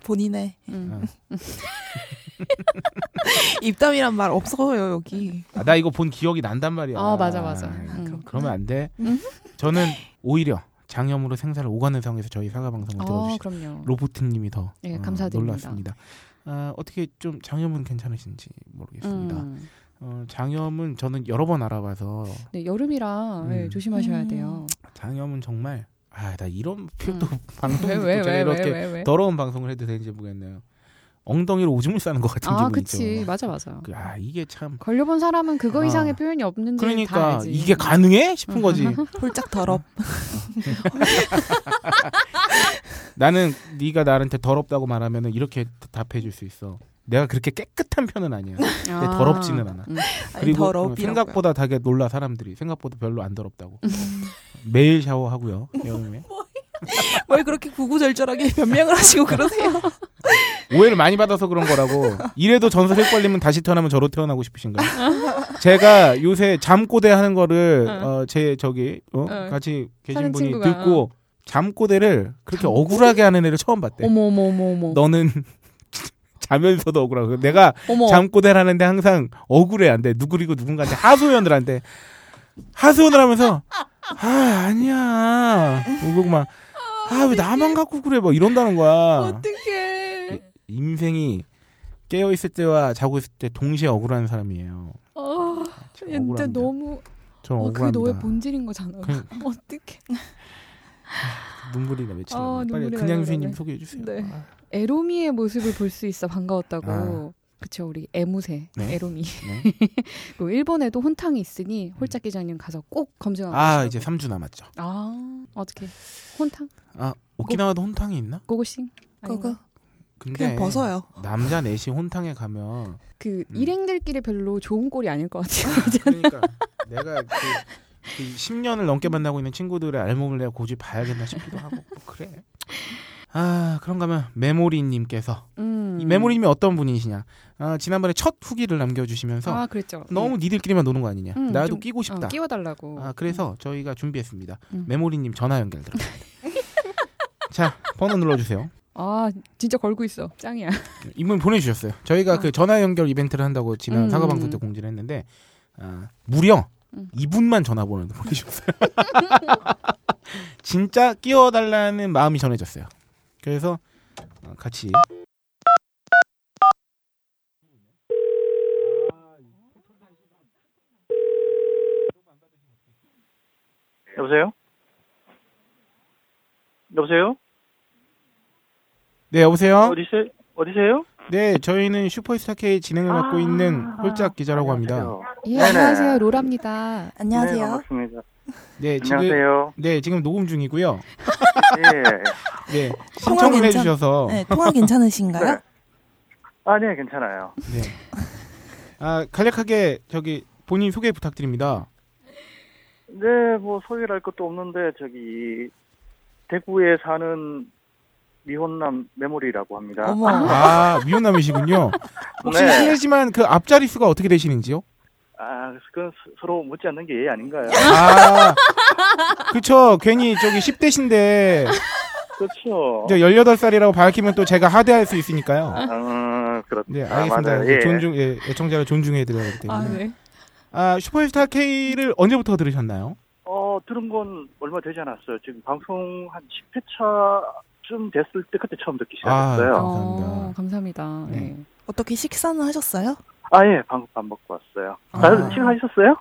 Speaker 2: 본인의
Speaker 5: 음.
Speaker 1: 어.
Speaker 2: 입담이란 말 없어요 여기.
Speaker 1: 아, 나 이거 본 기억이 난단 말이야. 네.
Speaker 5: 어, 맞아, 맞아. 음.
Speaker 1: 그러면 안 돼.
Speaker 5: 음.
Speaker 1: 저는 오히려 장염으로 생사를 오가는 상황에서 저희 사과 방송을
Speaker 5: 어,
Speaker 1: 들어주신
Speaker 5: 그럼요.
Speaker 1: 로보트님이 더
Speaker 5: 예,
Speaker 1: 어,
Speaker 5: 감사드립니다.
Speaker 1: 놀랐습니다. 아, 어떻게 좀 장염은 괜찮으신지 모르겠습니다.
Speaker 5: 음.
Speaker 1: 어, 장염은 저는 여러 번 알아봐서
Speaker 5: 네, 여름이라
Speaker 1: 음.
Speaker 5: 예, 조심하셔야
Speaker 2: 음.
Speaker 5: 돼요.
Speaker 1: 장염은 정말 아 나 이런 표현도
Speaker 5: 음.
Speaker 1: 방송
Speaker 5: 왜,
Speaker 1: 듣고
Speaker 5: 왜,
Speaker 1: 제가
Speaker 5: 왜,
Speaker 1: 이렇게
Speaker 5: 왜, 왜, 왜?
Speaker 1: 더러운 방송을 해도 되는지 모르겠네요. 엉덩이로 오줌을 싸는 것 같은
Speaker 5: 아,
Speaker 1: 기분이죠.
Speaker 5: 그치. 맞아, 맞아.
Speaker 1: 그, 아 이게 참
Speaker 5: 걸려본 사람은 그거
Speaker 1: 아.
Speaker 5: 이상의 표현이 없는지 다
Speaker 1: 그러니까
Speaker 5: 알지. 음.
Speaker 1: 이게 가능해 싶은 거지.
Speaker 2: 홀짝 더럽.
Speaker 1: 나는 네가 나한테 더럽다고 말하면 이렇게 답해줄 수 있어. 내가 그렇게 깨끗한 편은 아니야.
Speaker 5: 아.
Speaker 1: 근데 네, 더럽지는 않아.
Speaker 5: 음.
Speaker 2: 아니,
Speaker 1: 그리고 어,
Speaker 2: 더럽이라고요.
Speaker 1: 생각보다 되게 놀라 사람들이 생각보다 별로 안 더럽다고.
Speaker 5: 음.
Speaker 1: 매일 샤워하고요. 여름에
Speaker 2: 왜 그렇게 구구절절하게 변명을 하시고 그러세요?
Speaker 1: 오해를 많이 받아서 그런 거라고. 이래도 전설 헷갈리면 다시 태어나면 저로 태어나고 싶으신가요? 제가 요새 잠꼬대 하는 거를 어, 제 저기 어?
Speaker 5: 어.
Speaker 1: 같이 계신
Speaker 5: 사는
Speaker 1: 분이
Speaker 5: 친구가.
Speaker 1: 듣고 잠꼬대를 그렇게 억울하게 하는 애를 처음 봤대.
Speaker 5: 어머, 어머, 어머, 어머.
Speaker 1: 너는 자면서도 억울하고 내가
Speaker 5: 어머.
Speaker 1: 잠꼬대를 하는데 항상 억울해 안돼 누구 그리고 누군가한테 하소연을 한대 하소연을 하면서 아 아니야 뭐 그리고 막아 왜 나만 갖고 그래 뭐 이런다는 거야 예.
Speaker 5: 어떡해.
Speaker 1: 인생이 깨어 있을 때와 자고 있을 때 동시에 억울한 사람이에요
Speaker 5: 어,
Speaker 1: 참
Speaker 5: 진짜
Speaker 1: 억울합니다.
Speaker 5: 너무.
Speaker 1: 전
Speaker 5: 어, 그게
Speaker 1: 억울합니다 그러니까.
Speaker 5: 너의 본질인 거잖아.
Speaker 1: 그냥
Speaker 5: 어떡해.
Speaker 1: 눈물이 나 며칠
Speaker 5: 아,
Speaker 1: 빨리
Speaker 5: 눈물이
Speaker 1: 그냥
Speaker 5: 나요,
Speaker 1: 수님
Speaker 5: 그러네.
Speaker 1: 소개해 주세요
Speaker 5: 네. 에로미의 모습을 볼 수 있어 반가웠다고.
Speaker 1: 아.
Speaker 5: 그쵸 우리 애무새
Speaker 1: 네.
Speaker 5: 에로미.
Speaker 1: 네.
Speaker 5: 그리고 일본에도 혼탕이 있으니 홀짝 기자님 가서 꼭 검증하고.
Speaker 1: 음. 아
Speaker 5: 오시라고.
Speaker 1: 이제 3주 남았죠
Speaker 5: 아 어떻게 혼탕
Speaker 1: 아
Speaker 5: 어?
Speaker 1: 오키나와도 혼탕이 있나
Speaker 5: 고고싱.
Speaker 2: 그거
Speaker 5: 아닌가?
Speaker 1: 근데
Speaker 2: 그냥 벗어요.
Speaker 1: 남자 넷이 혼탕에 가면
Speaker 5: 그
Speaker 1: 음.
Speaker 5: 일행들끼리 별로 좋은 꼴이 아닐 것 같아요.
Speaker 1: 그러니까 내가 그, 그 10년을 넘게 만나고 있는 친구들의 알몸을 내가 고지 봐야겠나 싶기도 하고 뭐 그래. 아 그런가면 메모리님께서
Speaker 5: 음.
Speaker 1: 이 메모리님이 어떤 분이시냐? 아, 지난번에 첫 후기를 남겨주시면서
Speaker 5: 아 그랬죠.
Speaker 1: 너무 니들끼리만 노는 거 아니냐?
Speaker 5: 음,
Speaker 1: 나도
Speaker 5: 좀,
Speaker 1: 끼고
Speaker 5: 네.
Speaker 1: 싶다.
Speaker 5: 어, 끼워달라고.
Speaker 1: 아 그래서 저희가 준비했습니다.
Speaker 5: 음.
Speaker 1: 메모리님 전화 연결 들어갑니다. 자 번호 눌러주세요.
Speaker 5: 아 진짜 걸고 있어. 짱이야.
Speaker 1: 이분 보내주셨어요. 저희가
Speaker 5: 아.
Speaker 1: 그 전화 연결 이벤트를 한다고 지난
Speaker 5: 음,
Speaker 1: 사과 방송
Speaker 5: 음.
Speaker 1: 때 공지를 했는데 아, 무려
Speaker 5: 음.
Speaker 1: 이분만 전화번호를 보내주셨어요. 진짜 끼워달라는 마음이 전해졌어요. 그래서 어, 같이
Speaker 4: 여보세요? 여보세요?
Speaker 1: 네 여보세요.
Speaker 4: 어디세, 어디세요?
Speaker 1: 네 저희는 슈퍼스타 K 진행을 맡고
Speaker 4: 아,
Speaker 1: 있는 홀짝 기자라고 합니다.
Speaker 4: 안녕하세요.
Speaker 5: 예
Speaker 4: 네네.
Speaker 5: 안녕하세요 로라입니다.
Speaker 4: 네,
Speaker 2: 안녕하세요.
Speaker 4: 반갑습니다.
Speaker 1: 네 지금
Speaker 4: 안녕하세요.
Speaker 1: 네 지금 녹음 중이고요.
Speaker 4: 예.
Speaker 1: 네
Speaker 2: 통화
Speaker 1: 신청을
Speaker 2: 괜찮-
Speaker 1: 해주셔서
Speaker 2: 네, 통화 괜찮으신가요?
Speaker 4: 아, 네, 괜찮아요.
Speaker 1: 네. 아 간략하게 저기 본인 소개 부탁드립니다.
Speaker 4: 네, 뭐, 소개를 할 것도 없는데, 저기, 대구에 사는 미혼남 메모리라고 합니다.
Speaker 2: 어머,
Speaker 1: 아 미혼남이시군요. 혹시
Speaker 4: 네.
Speaker 1: 실례지만 그 앞자리 수가 어떻게 되시는지요?
Speaker 4: 아, 그건 스- 서로 묻지 않는 게 예의 아닌가요?
Speaker 1: 아 그쵸 괜히 저기 10대신데
Speaker 4: 그렇죠.
Speaker 1: 이제 18살이라고 밝히면 또 제가 하대할 수 있으니까요.
Speaker 4: 아, 그렇죠.
Speaker 1: 네 알겠습니다.
Speaker 4: 맞아요. 예.
Speaker 1: 존중 예, 애청자를 존중해드려야 되기 때문에. 아,
Speaker 5: 네.
Speaker 1: 슈퍼스타 K를 언제부터 들으셨나요?
Speaker 4: 어, 들은 건 얼마 되지 않았어요. 지금 방송 한 10회차쯤 됐을 때 그때 처음 듣기
Speaker 1: 아.
Speaker 4: 시작했어요.
Speaker 1: 감사합니다.
Speaker 5: 어, 감사합니다.
Speaker 1: 네.
Speaker 5: 네.
Speaker 2: 어떻게 식사는 하셨어요?
Speaker 4: 아, 예, 방금 밥 먹고 왔어요.
Speaker 1: 아.
Speaker 4: 다들 지금 하셨어요?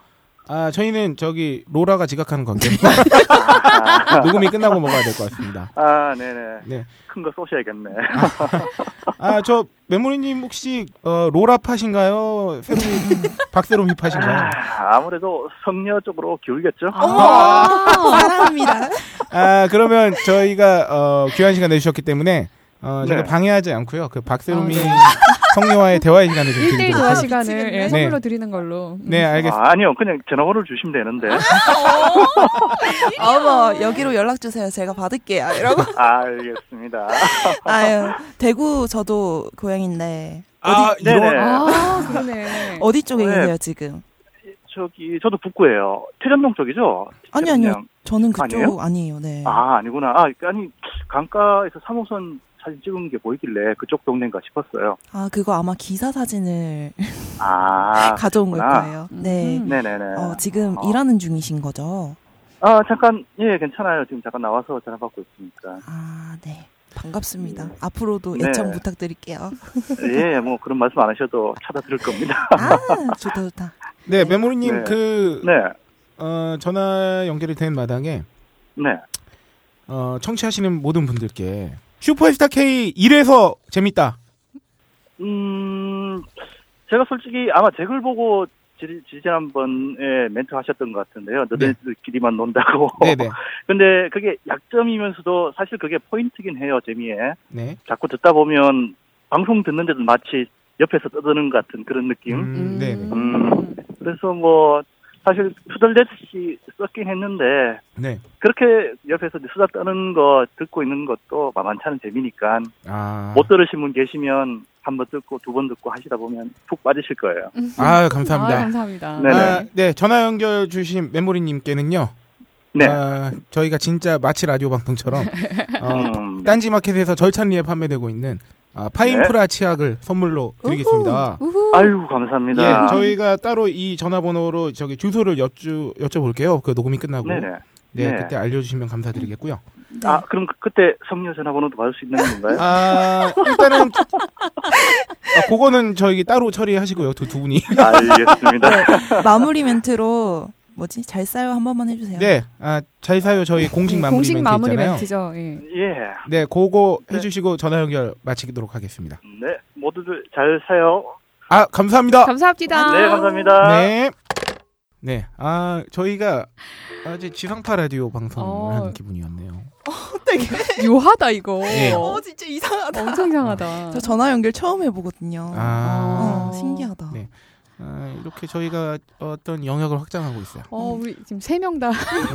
Speaker 1: 아 저희는 저기 로라가 지각하는 관계 녹음이 끝나고 먹어야 될 것 같습니다.
Speaker 4: 아, 네네.
Speaker 1: 네.
Speaker 4: 큰 거 쏘셔야겠네.
Speaker 1: 아 저 메모리님 혹시 어, 로라 파신가요? 새로 박새롬 힙하신가요?
Speaker 4: 아, 아무래도 성녀 쪽으로 기울겠죠?
Speaker 2: 아.
Speaker 4: 아,
Speaker 2: 사랑합니다.
Speaker 1: 아 그러면 저희가 어, 귀한 시간 내주셨기 때문에 어, 제가
Speaker 4: 네.
Speaker 1: 방해하지 않고요. 그 박세롬이
Speaker 5: 아, 네.
Speaker 1: 성녀와의 대화의 시간을 좀
Speaker 5: 1대1
Speaker 1: 드리도록
Speaker 5: 대화
Speaker 1: 하겠습니다.
Speaker 5: 시간을
Speaker 2: 미치겠네.
Speaker 5: 예, 선물로 드리는 걸로. 음.
Speaker 1: 네, 알겠습니다.
Speaker 4: 아, 아니요, 그냥 전화번호를 주시면 되는데.
Speaker 2: 아! 어. 어머 여기로 연락 주세요. 제가 받을게요. 이러고
Speaker 4: 아, 알겠습니다.
Speaker 2: 아유 대구 저도 고향인데
Speaker 1: 아,
Speaker 4: 네네.
Speaker 1: 이런
Speaker 5: 아, 그러네.
Speaker 2: 어디 쪽에
Speaker 4: 네.
Speaker 2: 계세요 지금?
Speaker 4: 저기, 저도 북구예요. 태전동 쪽이죠?
Speaker 2: 아니 아니요
Speaker 4: 태평양.
Speaker 2: 저는 그쪽
Speaker 4: 아니에요?
Speaker 2: 아니에요. 네.
Speaker 4: 아, 아니구나. 아, 아니, 강가에서 3호선 사진 찍은 게 보이길래 그쪽 동네인가 싶었어요.
Speaker 2: 아 그거 아마 기사 사진을
Speaker 4: 아,
Speaker 2: 가져온 걸
Speaker 4: 그렇구나.
Speaker 2: 거예요. 네.
Speaker 5: 음.
Speaker 4: 네네네.
Speaker 2: 어, 지금
Speaker 4: 어.
Speaker 2: 일하는 중이신 거죠?
Speaker 4: 아, 잠깐, 예, 괜찮아요. 지금 잠깐 나와서 전화 받고 있으니까.
Speaker 2: 아 네. 반갑습니다. 앞으로도
Speaker 4: 네.
Speaker 2: 애청 부탁드릴게요.
Speaker 4: 예, 뭐 그런 말씀 안 하셔도 찾아들을 겁니다.
Speaker 2: 아 좋다 좋다.
Speaker 1: 네, 메모리님
Speaker 4: 네.
Speaker 1: 그
Speaker 4: 네,
Speaker 1: 어, 전화 연결이 된 마당에
Speaker 4: 네.
Speaker 1: 어, 청취하시는 모든 분들께 슈퍼스타 K 1에서 재밌다.
Speaker 4: 음, 제가 솔직히 아마 제 글 보고 지- 지지난번에 멘트 하셨던 것 같은데요. 너네들끼리만 논다고.
Speaker 1: 네, 네.
Speaker 4: 근데 그게 약점이면서도 사실 그게 포인트긴 해요, 재미에.
Speaker 1: 네.
Speaker 4: 자꾸 듣다 보면 방송 듣는데도 마치 옆에서 떠드는 것 같은 그런 느낌.
Speaker 1: 음, 네. 네.
Speaker 4: 음. 그래서 뭐 사실 투덜대듯이 썼긴 했는데
Speaker 1: 네.
Speaker 4: 그렇게 옆에서 수다 떠는 거 듣고 있는 것도 만만치 않은 재미니까
Speaker 1: 아.
Speaker 4: 못 들으신 분 계시면 한 번 듣고 두 번 듣고 하시다 보면 푹 빠지실 거예요.
Speaker 1: 아,
Speaker 5: 아,
Speaker 1: 감사합니다.
Speaker 5: 감사합니다.
Speaker 4: 네네.
Speaker 1: 아, 네, 전화 연결 주신 메모리님께는요.
Speaker 4: 네.
Speaker 1: 아, 저희가 진짜 마치 라디오 방송처럼 어,
Speaker 4: 음,
Speaker 1: 딴지마켓에서 절찬리에 판매되고 있는 아,
Speaker 4: 네.
Speaker 1: 파인프라 치약을 선물로 드리겠습니다.
Speaker 5: 우후.
Speaker 4: 아유
Speaker 1: 예,
Speaker 4: 감사합니다.
Speaker 1: 저희가 따로 이 전화번호로 저기 주소를 여쭈 여쭤볼게요. 그 녹음이 끝나고
Speaker 4: 네네.
Speaker 1: 네,
Speaker 4: 네.
Speaker 1: 그때 알려주시면 감사드리겠고요.
Speaker 2: 네.
Speaker 4: 아 그럼 그- 그때 성녀 전화번호도 받을 수 있는 건가요?
Speaker 1: 아 일단은 아, 그거는 저희 따로 처리하시고요. 두, 두 분이
Speaker 4: 알겠습니다.
Speaker 2: 네, 마무리 멘트로 뭐지? 잘 싸요 한 번만 해주세요.
Speaker 1: 네, 아, 잘 사요 저희 공식 마무리
Speaker 5: 네, 공식
Speaker 1: 멘트
Speaker 5: 마무리
Speaker 1: 있잖아요.
Speaker 5: 멘트죠. 예.
Speaker 4: 예.
Speaker 1: 네, 그거
Speaker 4: 네.
Speaker 1: 해주시고 전화 연결 마치도록 하겠습니다.
Speaker 4: 네. 모두들 잘 사요.
Speaker 1: 아 감사합니다.
Speaker 5: 아, 감사합니다.
Speaker 4: 네 감사합니다.
Speaker 1: 네. 네. 아, 저희가 아주 지상파 라디오 방송을
Speaker 5: 어.
Speaker 1: 하는 기분이었네요.
Speaker 5: 묘하다 이거.
Speaker 1: 네.
Speaker 2: 어 진짜 이상하다.
Speaker 5: 엄청 이상하다.
Speaker 2: 저 전화 연결 처음 해보거든요.
Speaker 1: 아.
Speaker 2: 어, 신기하다.
Speaker 1: 네. 아, 이렇게 저희가 어떤 영역을 확장하고 있어요.
Speaker 5: 어, 우리 지금 세 명 다. 아.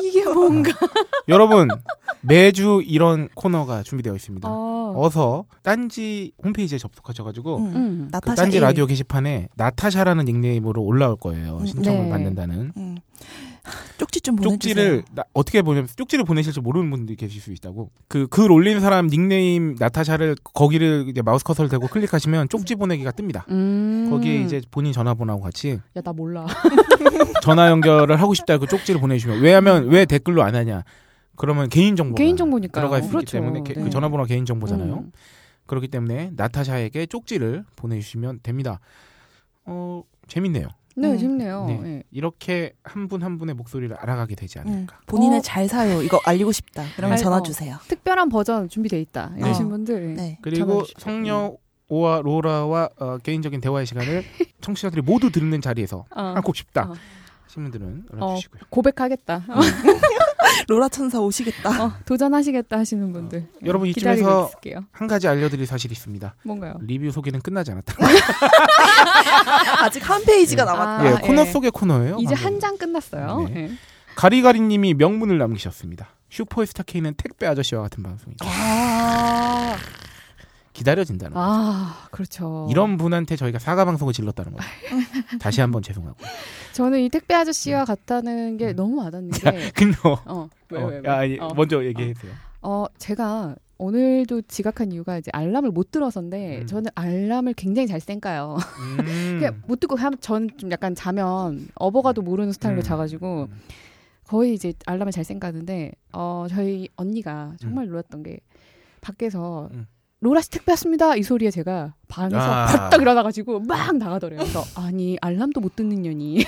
Speaker 1: 네.
Speaker 5: 이게 뭔가.
Speaker 1: 여러분, 매주 이런 코너가 준비되어 있습니다.
Speaker 5: 어.
Speaker 1: 어서 딴지 홈페이지에 접속하셔가지고
Speaker 2: 음.
Speaker 5: 음.
Speaker 1: 그
Speaker 2: 나타샤
Speaker 1: 딴지
Speaker 2: 일.
Speaker 1: 라디오 게시판에 나타샤라는 닉네임으로 올라올 거예요.
Speaker 2: 음,
Speaker 1: 신청을
Speaker 5: 네.
Speaker 1: 받는다는.
Speaker 2: 음. 쪽지 좀 보내주세요.
Speaker 1: 쪽지를 나- 어떻게 보내면 쪽지를 보내실지 모르는 분들이 계실 수 있다고 그 글 올린 사람 닉네임 나타샤를 거기를 이제 마우스 커서를 대고 클릭하시면 쪽지 보내기가 뜹니다.
Speaker 5: 음.
Speaker 1: 거기에 이제 음, 본인 전화번호하고 같이
Speaker 5: 야, 나 몰라.
Speaker 1: 전화 연결을 하고 싶다고 쪽지를 보내주시면 왜냐하면 왜 댓글로 안 하냐 그러면 개인 정보
Speaker 5: 개인 정보니까.
Speaker 1: 들어가 있기 때문에 게- 그 전화번호 개인 정보잖아요.
Speaker 5: 음.
Speaker 1: 그렇기 때문에 나타샤에게 쪽지를 보내주시면 됩니다. 어 재밌네요.
Speaker 5: 네,
Speaker 2: 음.
Speaker 5: 재밌네요.
Speaker 1: 네.
Speaker 5: 예.
Speaker 1: 이렇게 한 분 한 분의 목소리를 알아가게 되지
Speaker 2: 음,
Speaker 1: 않을까.
Speaker 2: 본인의
Speaker 5: 어.
Speaker 2: 잘 사요. 이거 알리고 싶다. 그러면
Speaker 5: 알-
Speaker 2: 전화
Speaker 5: 어.
Speaker 2: 주세요.
Speaker 5: 특별한 버전 준비돼 있다. 이러신
Speaker 2: 어.
Speaker 5: 분들. 예.
Speaker 2: 네.
Speaker 1: 그리고
Speaker 5: 전화주십시오.
Speaker 1: 성녀 오와 로라와 어, 개인적인 대화의 시간을 청취자들이 모두 듣는 자리에서
Speaker 5: 어.
Speaker 1: 아, 하고 싶다
Speaker 5: 어.
Speaker 1: 하시는 분들은
Speaker 5: 어.
Speaker 1: 연락주시고요.
Speaker 5: 고백하겠다.
Speaker 1: 음. 그
Speaker 2: 로라 천사 오시겠다.
Speaker 5: 어, 도전하시겠다 하시는 분들. 예,
Speaker 1: 아. 여러분
Speaker 5: 기다리고
Speaker 1: 이쯤에서
Speaker 5: 있을게요.
Speaker 1: 한 가지 알려드릴 사실이 있습니다.
Speaker 5: 뭔가요?
Speaker 1: 리뷰 소개는 끝나지 않았다.
Speaker 2: 아직 한 페이지가
Speaker 1: 예.
Speaker 2: 남았다. 네.
Speaker 1: 예,
Speaker 5: 아,
Speaker 1: 코너
Speaker 5: 예.
Speaker 1: 속의 코너예요.
Speaker 5: 이제
Speaker 1: 방금.
Speaker 5: 한 장 끝났어요.
Speaker 1: 네.
Speaker 5: 예.
Speaker 1: 가리가리님이 명문을 남기셨습니다. 슈퍼스타 K는 택배 아저씨와 같은 방송이죠.
Speaker 5: 아,
Speaker 1: 기다려진다는 거.
Speaker 5: 아, 그렇죠.
Speaker 1: 이런 분한테 저희가 사과 방송을 질렀다는 거죠. 다시 한번 죄송하고.
Speaker 5: 저는 이 택배 아저씨와 같다는 게 너무 와닿는 게.
Speaker 1: 근데 음. 어,
Speaker 5: 어, 왜, 왜, 왜?
Speaker 1: 아, 예,
Speaker 5: 어.
Speaker 1: 먼저 얘기해주세요.
Speaker 5: 어, 제가 오늘도 지각한 이유가 이제 알람을 못 들어서인데
Speaker 1: 음.
Speaker 5: 저는 알람을 굉장히 잘 쌩까요.
Speaker 1: 음.
Speaker 5: 그냥 못 듣고 하면 저는 좀 약간 자면 업어가도 모르는 스타일로
Speaker 1: 음.
Speaker 5: 자가지고
Speaker 1: 음.
Speaker 5: 거의 이제 알람을 잘 쌩까는데 어, 저희 언니가 정말 놀랐던 게 밖에서
Speaker 1: 음.
Speaker 5: 로라 씨 택배 왔습니다 이 소리에 제가 방에서
Speaker 1: 아.
Speaker 5: 벌떡 일어나가지고 막 나가더래요. 그래서 아니 알람도 못 듣는 년이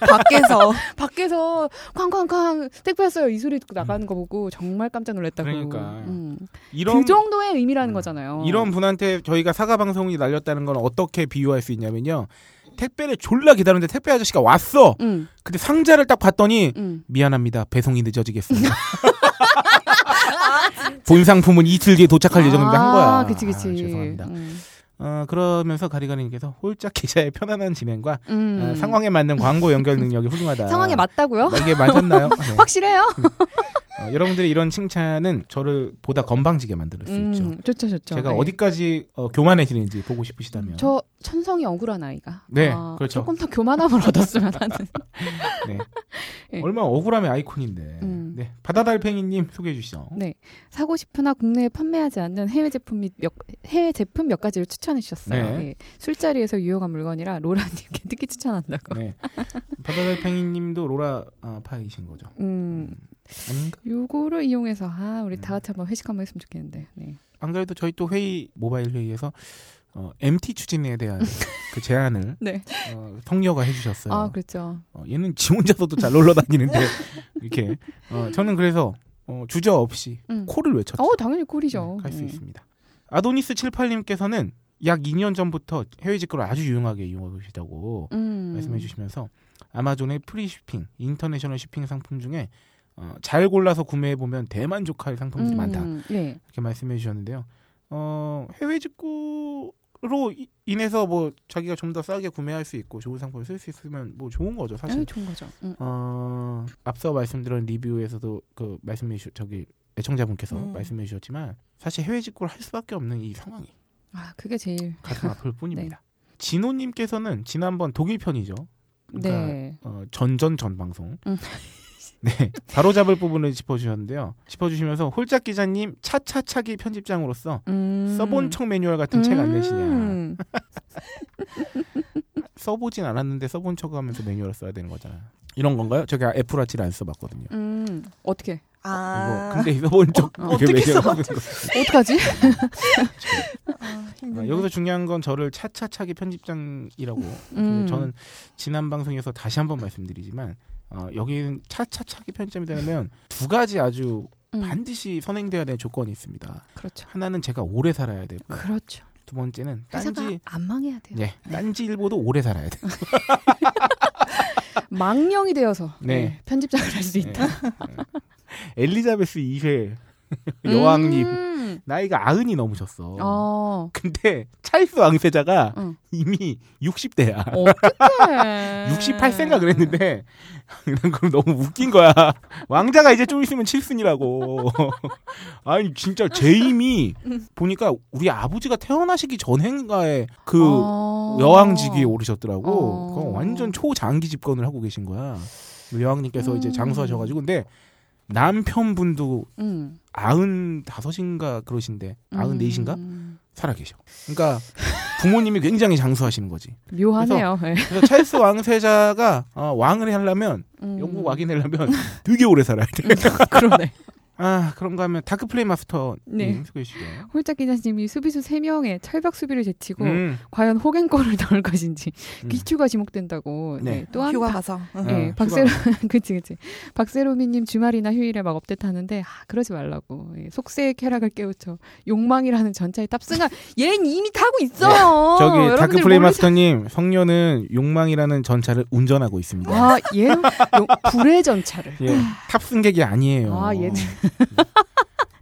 Speaker 5: 아.
Speaker 2: 밖에서
Speaker 5: 밖에서 쾅쾅쾅 택배 왔어요 이 소리 듣고 나가는 거 보고 정말 깜짝 놀랐다고.
Speaker 1: 음. 그러니까.
Speaker 5: 음.
Speaker 1: 이런
Speaker 5: 그 정도의 의미라는
Speaker 1: 음.
Speaker 5: 거잖아요.
Speaker 1: 이런 분한테 저희가 사과 방송이 날렸다는 건 어떻게 비유할 수 있냐면요. 택배를 졸라 기다렸는데 택배 아저씨가 왔어.
Speaker 5: 음,
Speaker 1: 근데 상자를 딱 봤더니
Speaker 5: 음.
Speaker 1: 미안합니다. 배송이 늦어지겠습니다. 본 상품은 이틀 뒤에 도착할 예정인데 한 거야.
Speaker 5: 아, 그치, 그치.
Speaker 1: 아, 죄송합니다.
Speaker 5: 음.
Speaker 1: 어, 그러면서 가리가리님께서 홀짝 기자의 편안한 진행과
Speaker 5: 음.
Speaker 1: 어, 상황에 맞는 광고 연결 능력이 훌륭하다.
Speaker 5: 상황에 맞다고요?
Speaker 1: 이게 맞았나요? 네.
Speaker 5: 확실해요?
Speaker 1: 어, 여러분들의 이런 칭찬은 저를 보다 건방지게 만들 수 있죠.
Speaker 5: 음, 좋죠, 좋죠.
Speaker 1: 제가
Speaker 5: 네.
Speaker 1: 어디까지 어, 교만해지는지 보고 싶으시다면
Speaker 5: 저 천성이 억울한 아이가.
Speaker 1: 네,
Speaker 5: 아,
Speaker 1: 그렇죠.
Speaker 5: 조금 더 교만함을 얻었으면 하는.
Speaker 1: 네.
Speaker 5: 네.
Speaker 1: 얼마나 억울함의 아이콘인데
Speaker 5: 음.
Speaker 1: 네. 바다달팽이님 소개해 주시죠.
Speaker 5: 네. 사고 싶으나 국내에 판매하지 않는 해외 제품 및 몇, 해외 제품 몇 가지를 추천해 주셨어요.
Speaker 1: 네.
Speaker 5: 예. 술자리에서 유용한 물건이라 로라님께 특히 추천한다고.
Speaker 1: 네. 바다달팽이님도 로라 아, 파이신 거죠.
Speaker 5: 음,
Speaker 1: 아닌가?
Speaker 5: 요거를 이용해서 아 우리
Speaker 1: 음.
Speaker 5: 다 같이 한번 회식 한번 했으면 좋겠는데. 네.
Speaker 1: 안 그래도 저희 또 회의 모바일 회의에서 어, MT 추진에 대한 그 제안을
Speaker 5: 네.
Speaker 1: 어, 성녀가 해주셨어요.
Speaker 5: 아 그렇죠.
Speaker 1: 어, 얘는 지 혼자서도 잘 놀러 다니는데 이렇게 어, 저는 그래서 어, 주저 없이
Speaker 5: 음.
Speaker 1: 코를 외쳤죠.
Speaker 5: 어 당연히 꿀이죠.
Speaker 1: 네, 갈 수
Speaker 5: 음.
Speaker 1: 있습니다. 아도니스 78님께서는 약 2년 전부터 해외 직구를 아주 유용하게 이용하고 계시다고
Speaker 5: 음.
Speaker 1: 말씀해 주시면서 아마존의 프리 쇼핑, 인터내셔널 쇼핑 상품 중에 어, 잘 골라서 구매해 보면 대만족할 상품들이
Speaker 5: 음,
Speaker 1: 많다
Speaker 5: 네.
Speaker 1: 이렇게 말씀해 주셨는데요. 어, 해외 직구로 이- 인해서 뭐 자기가 좀 더 싸게 구매할 수 있고 좋은 상품을 쓸 수 있으면 뭐 좋은 거죠 사실.
Speaker 5: 당연히 좋은 거죠. 음.
Speaker 1: 어, 앞서 말씀드린 리뷰에서도 그 말씀해 주 저기 애청자분께서
Speaker 2: 음.
Speaker 1: 말씀해 주셨지만 사실 해외 직구를 할 수밖에 없는 이 상황이
Speaker 5: 아 그게 제일.
Speaker 1: 가슴 아플 뿐입니다.
Speaker 5: 네.
Speaker 1: 진호님께서는 지난번 독일 편이죠. 그러니까
Speaker 5: 네.
Speaker 1: 어, 전전 전 방송.
Speaker 5: 음.
Speaker 1: 네, 바로 잡을 부분을 짚어주셨는데요. 짚어주시면서 홀짝 기자님 차차차기 편집장으로서
Speaker 5: 음.
Speaker 1: 써본청 매뉴얼 같은 책 안 내시냐.
Speaker 5: 음.
Speaker 1: 써보진 않았는데 써본 척하면서 매뉴얼 써야 되는 거잖아. 이런 건가요? 제가 애플아치를 안 써봤거든요.
Speaker 5: 음. 어떻게?
Speaker 1: 이거
Speaker 2: 아,
Speaker 1: 뭐, 근데 써본 척
Speaker 5: 어,
Speaker 1: 이게
Speaker 2: 어떻게
Speaker 1: 매뉴얼
Speaker 2: 써?
Speaker 1: 쓰는 거.
Speaker 5: 어떡하지?
Speaker 2: 아,
Speaker 1: 아,
Speaker 2: 힘든데.
Speaker 1: 여기서 중요한 건 저를 차차차기 편집장이라고
Speaker 5: 음.
Speaker 1: 저는 지난 방송에서 다시 한번 말씀드리지만 어, 여기는 차차차기 편집이 되려면 두 가지 아주
Speaker 5: 음.
Speaker 1: 반드시 선행돼야 될 조건이 있습니다.
Speaker 5: 그렇죠.
Speaker 1: 하나는 제가 오래 살아야 되고
Speaker 5: 그렇죠.
Speaker 1: 두 번째는
Speaker 5: 회사가
Speaker 1: 딴지
Speaker 5: 안 망해야 돼요.
Speaker 1: 네, 딴지 일보도 오래 살아야 돼.
Speaker 5: 망령이 되어서
Speaker 1: 네.
Speaker 5: 네, 편집장을 할 수
Speaker 1: 네.
Speaker 5: 있다.
Speaker 1: 엘리자베스 2세 네. 여왕님
Speaker 5: 음.
Speaker 1: 나이가 아흔이 넘으셨어.
Speaker 5: 어.
Speaker 1: 근데 찰스 왕세자가
Speaker 5: 응.
Speaker 1: 이미 60대야.
Speaker 5: 어떡해.
Speaker 1: 68세인가 그랬는데 난 그럼 너무 웃긴 거야. 왕자가 이제 좀 있으면 칠순이라고. 아니 진짜 제임이 보니까 우리 아버지가 태어나시기 전인가에 그
Speaker 5: 어.
Speaker 1: 여왕직위에 오르셨더라고.
Speaker 5: 어.
Speaker 1: 그건 완전 초장기 집권을 하고 계신 거야. 여왕님께서 이제
Speaker 5: 음.
Speaker 1: 장수하셔가지고 근데 남편분도
Speaker 5: 음.
Speaker 1: 아흔 다섯인가 그러신데 아흔 네이신가
Speaker 5: 음.
Speaker 1: 살아 계셔. 그러니까 부모님이 굉장히 장수하시는 거지.
Speaker 5: 묘하네요. 예.
Speaker 1: 그래서 찰스 왕세자가 어, 왕을 하려면
Speaker 5: 음.
Speaker 1: 영국 왕이 되려면 되게 오래 살아야 돼.
Speaker 5: 그러네.
Speaker 1: 아, 그런가 하면 다크플레이 마스터 님
Speaker 5: 네.
Speaker 1: 소개해 주시죠.
Speaker 5: 홀짝 기자님이 수비수 3명의 철벽 수비를 제치고
Speaker 1: 음,
Speaker 5: 과연 호갱골을 넣을 것인지
Speaker 1: 음.
Speaker 5: 귀추가 지목된다고.
Speaker 1: 네.
Speaker 5: 네. 또한
Speaker 2: 휴가
Speaker 5: 박-
Speaker 2: 가서 응.
Speaker 5: 예,
Speaker 1: 어,
Speaker 5: 박세롬, 그치, 그치. 박세롬이님 주말이나 휴일에 막 업데이트 하는데, 아, 그러지 말라고. 예, 속세의 쾌락을 깨우쳐. 욕망이라는 전차에 탑승한, 얜 이미 타고 있어요!
Speaker 1: 네. 저기
Speaker 5: 여러분들
Speaker 1: 다크플레이
Speaker 5: 모르시-
Speaker 1: 마스터 님, 성녀는 욕망이라는 전차를 운전하고 있습니다.
Speaker 5: 아, 얘? 요, 불의 전차를.
Speaker 1: 예, 탑승객이 아니에요. 음.
Speaker 5: 아, 얘들.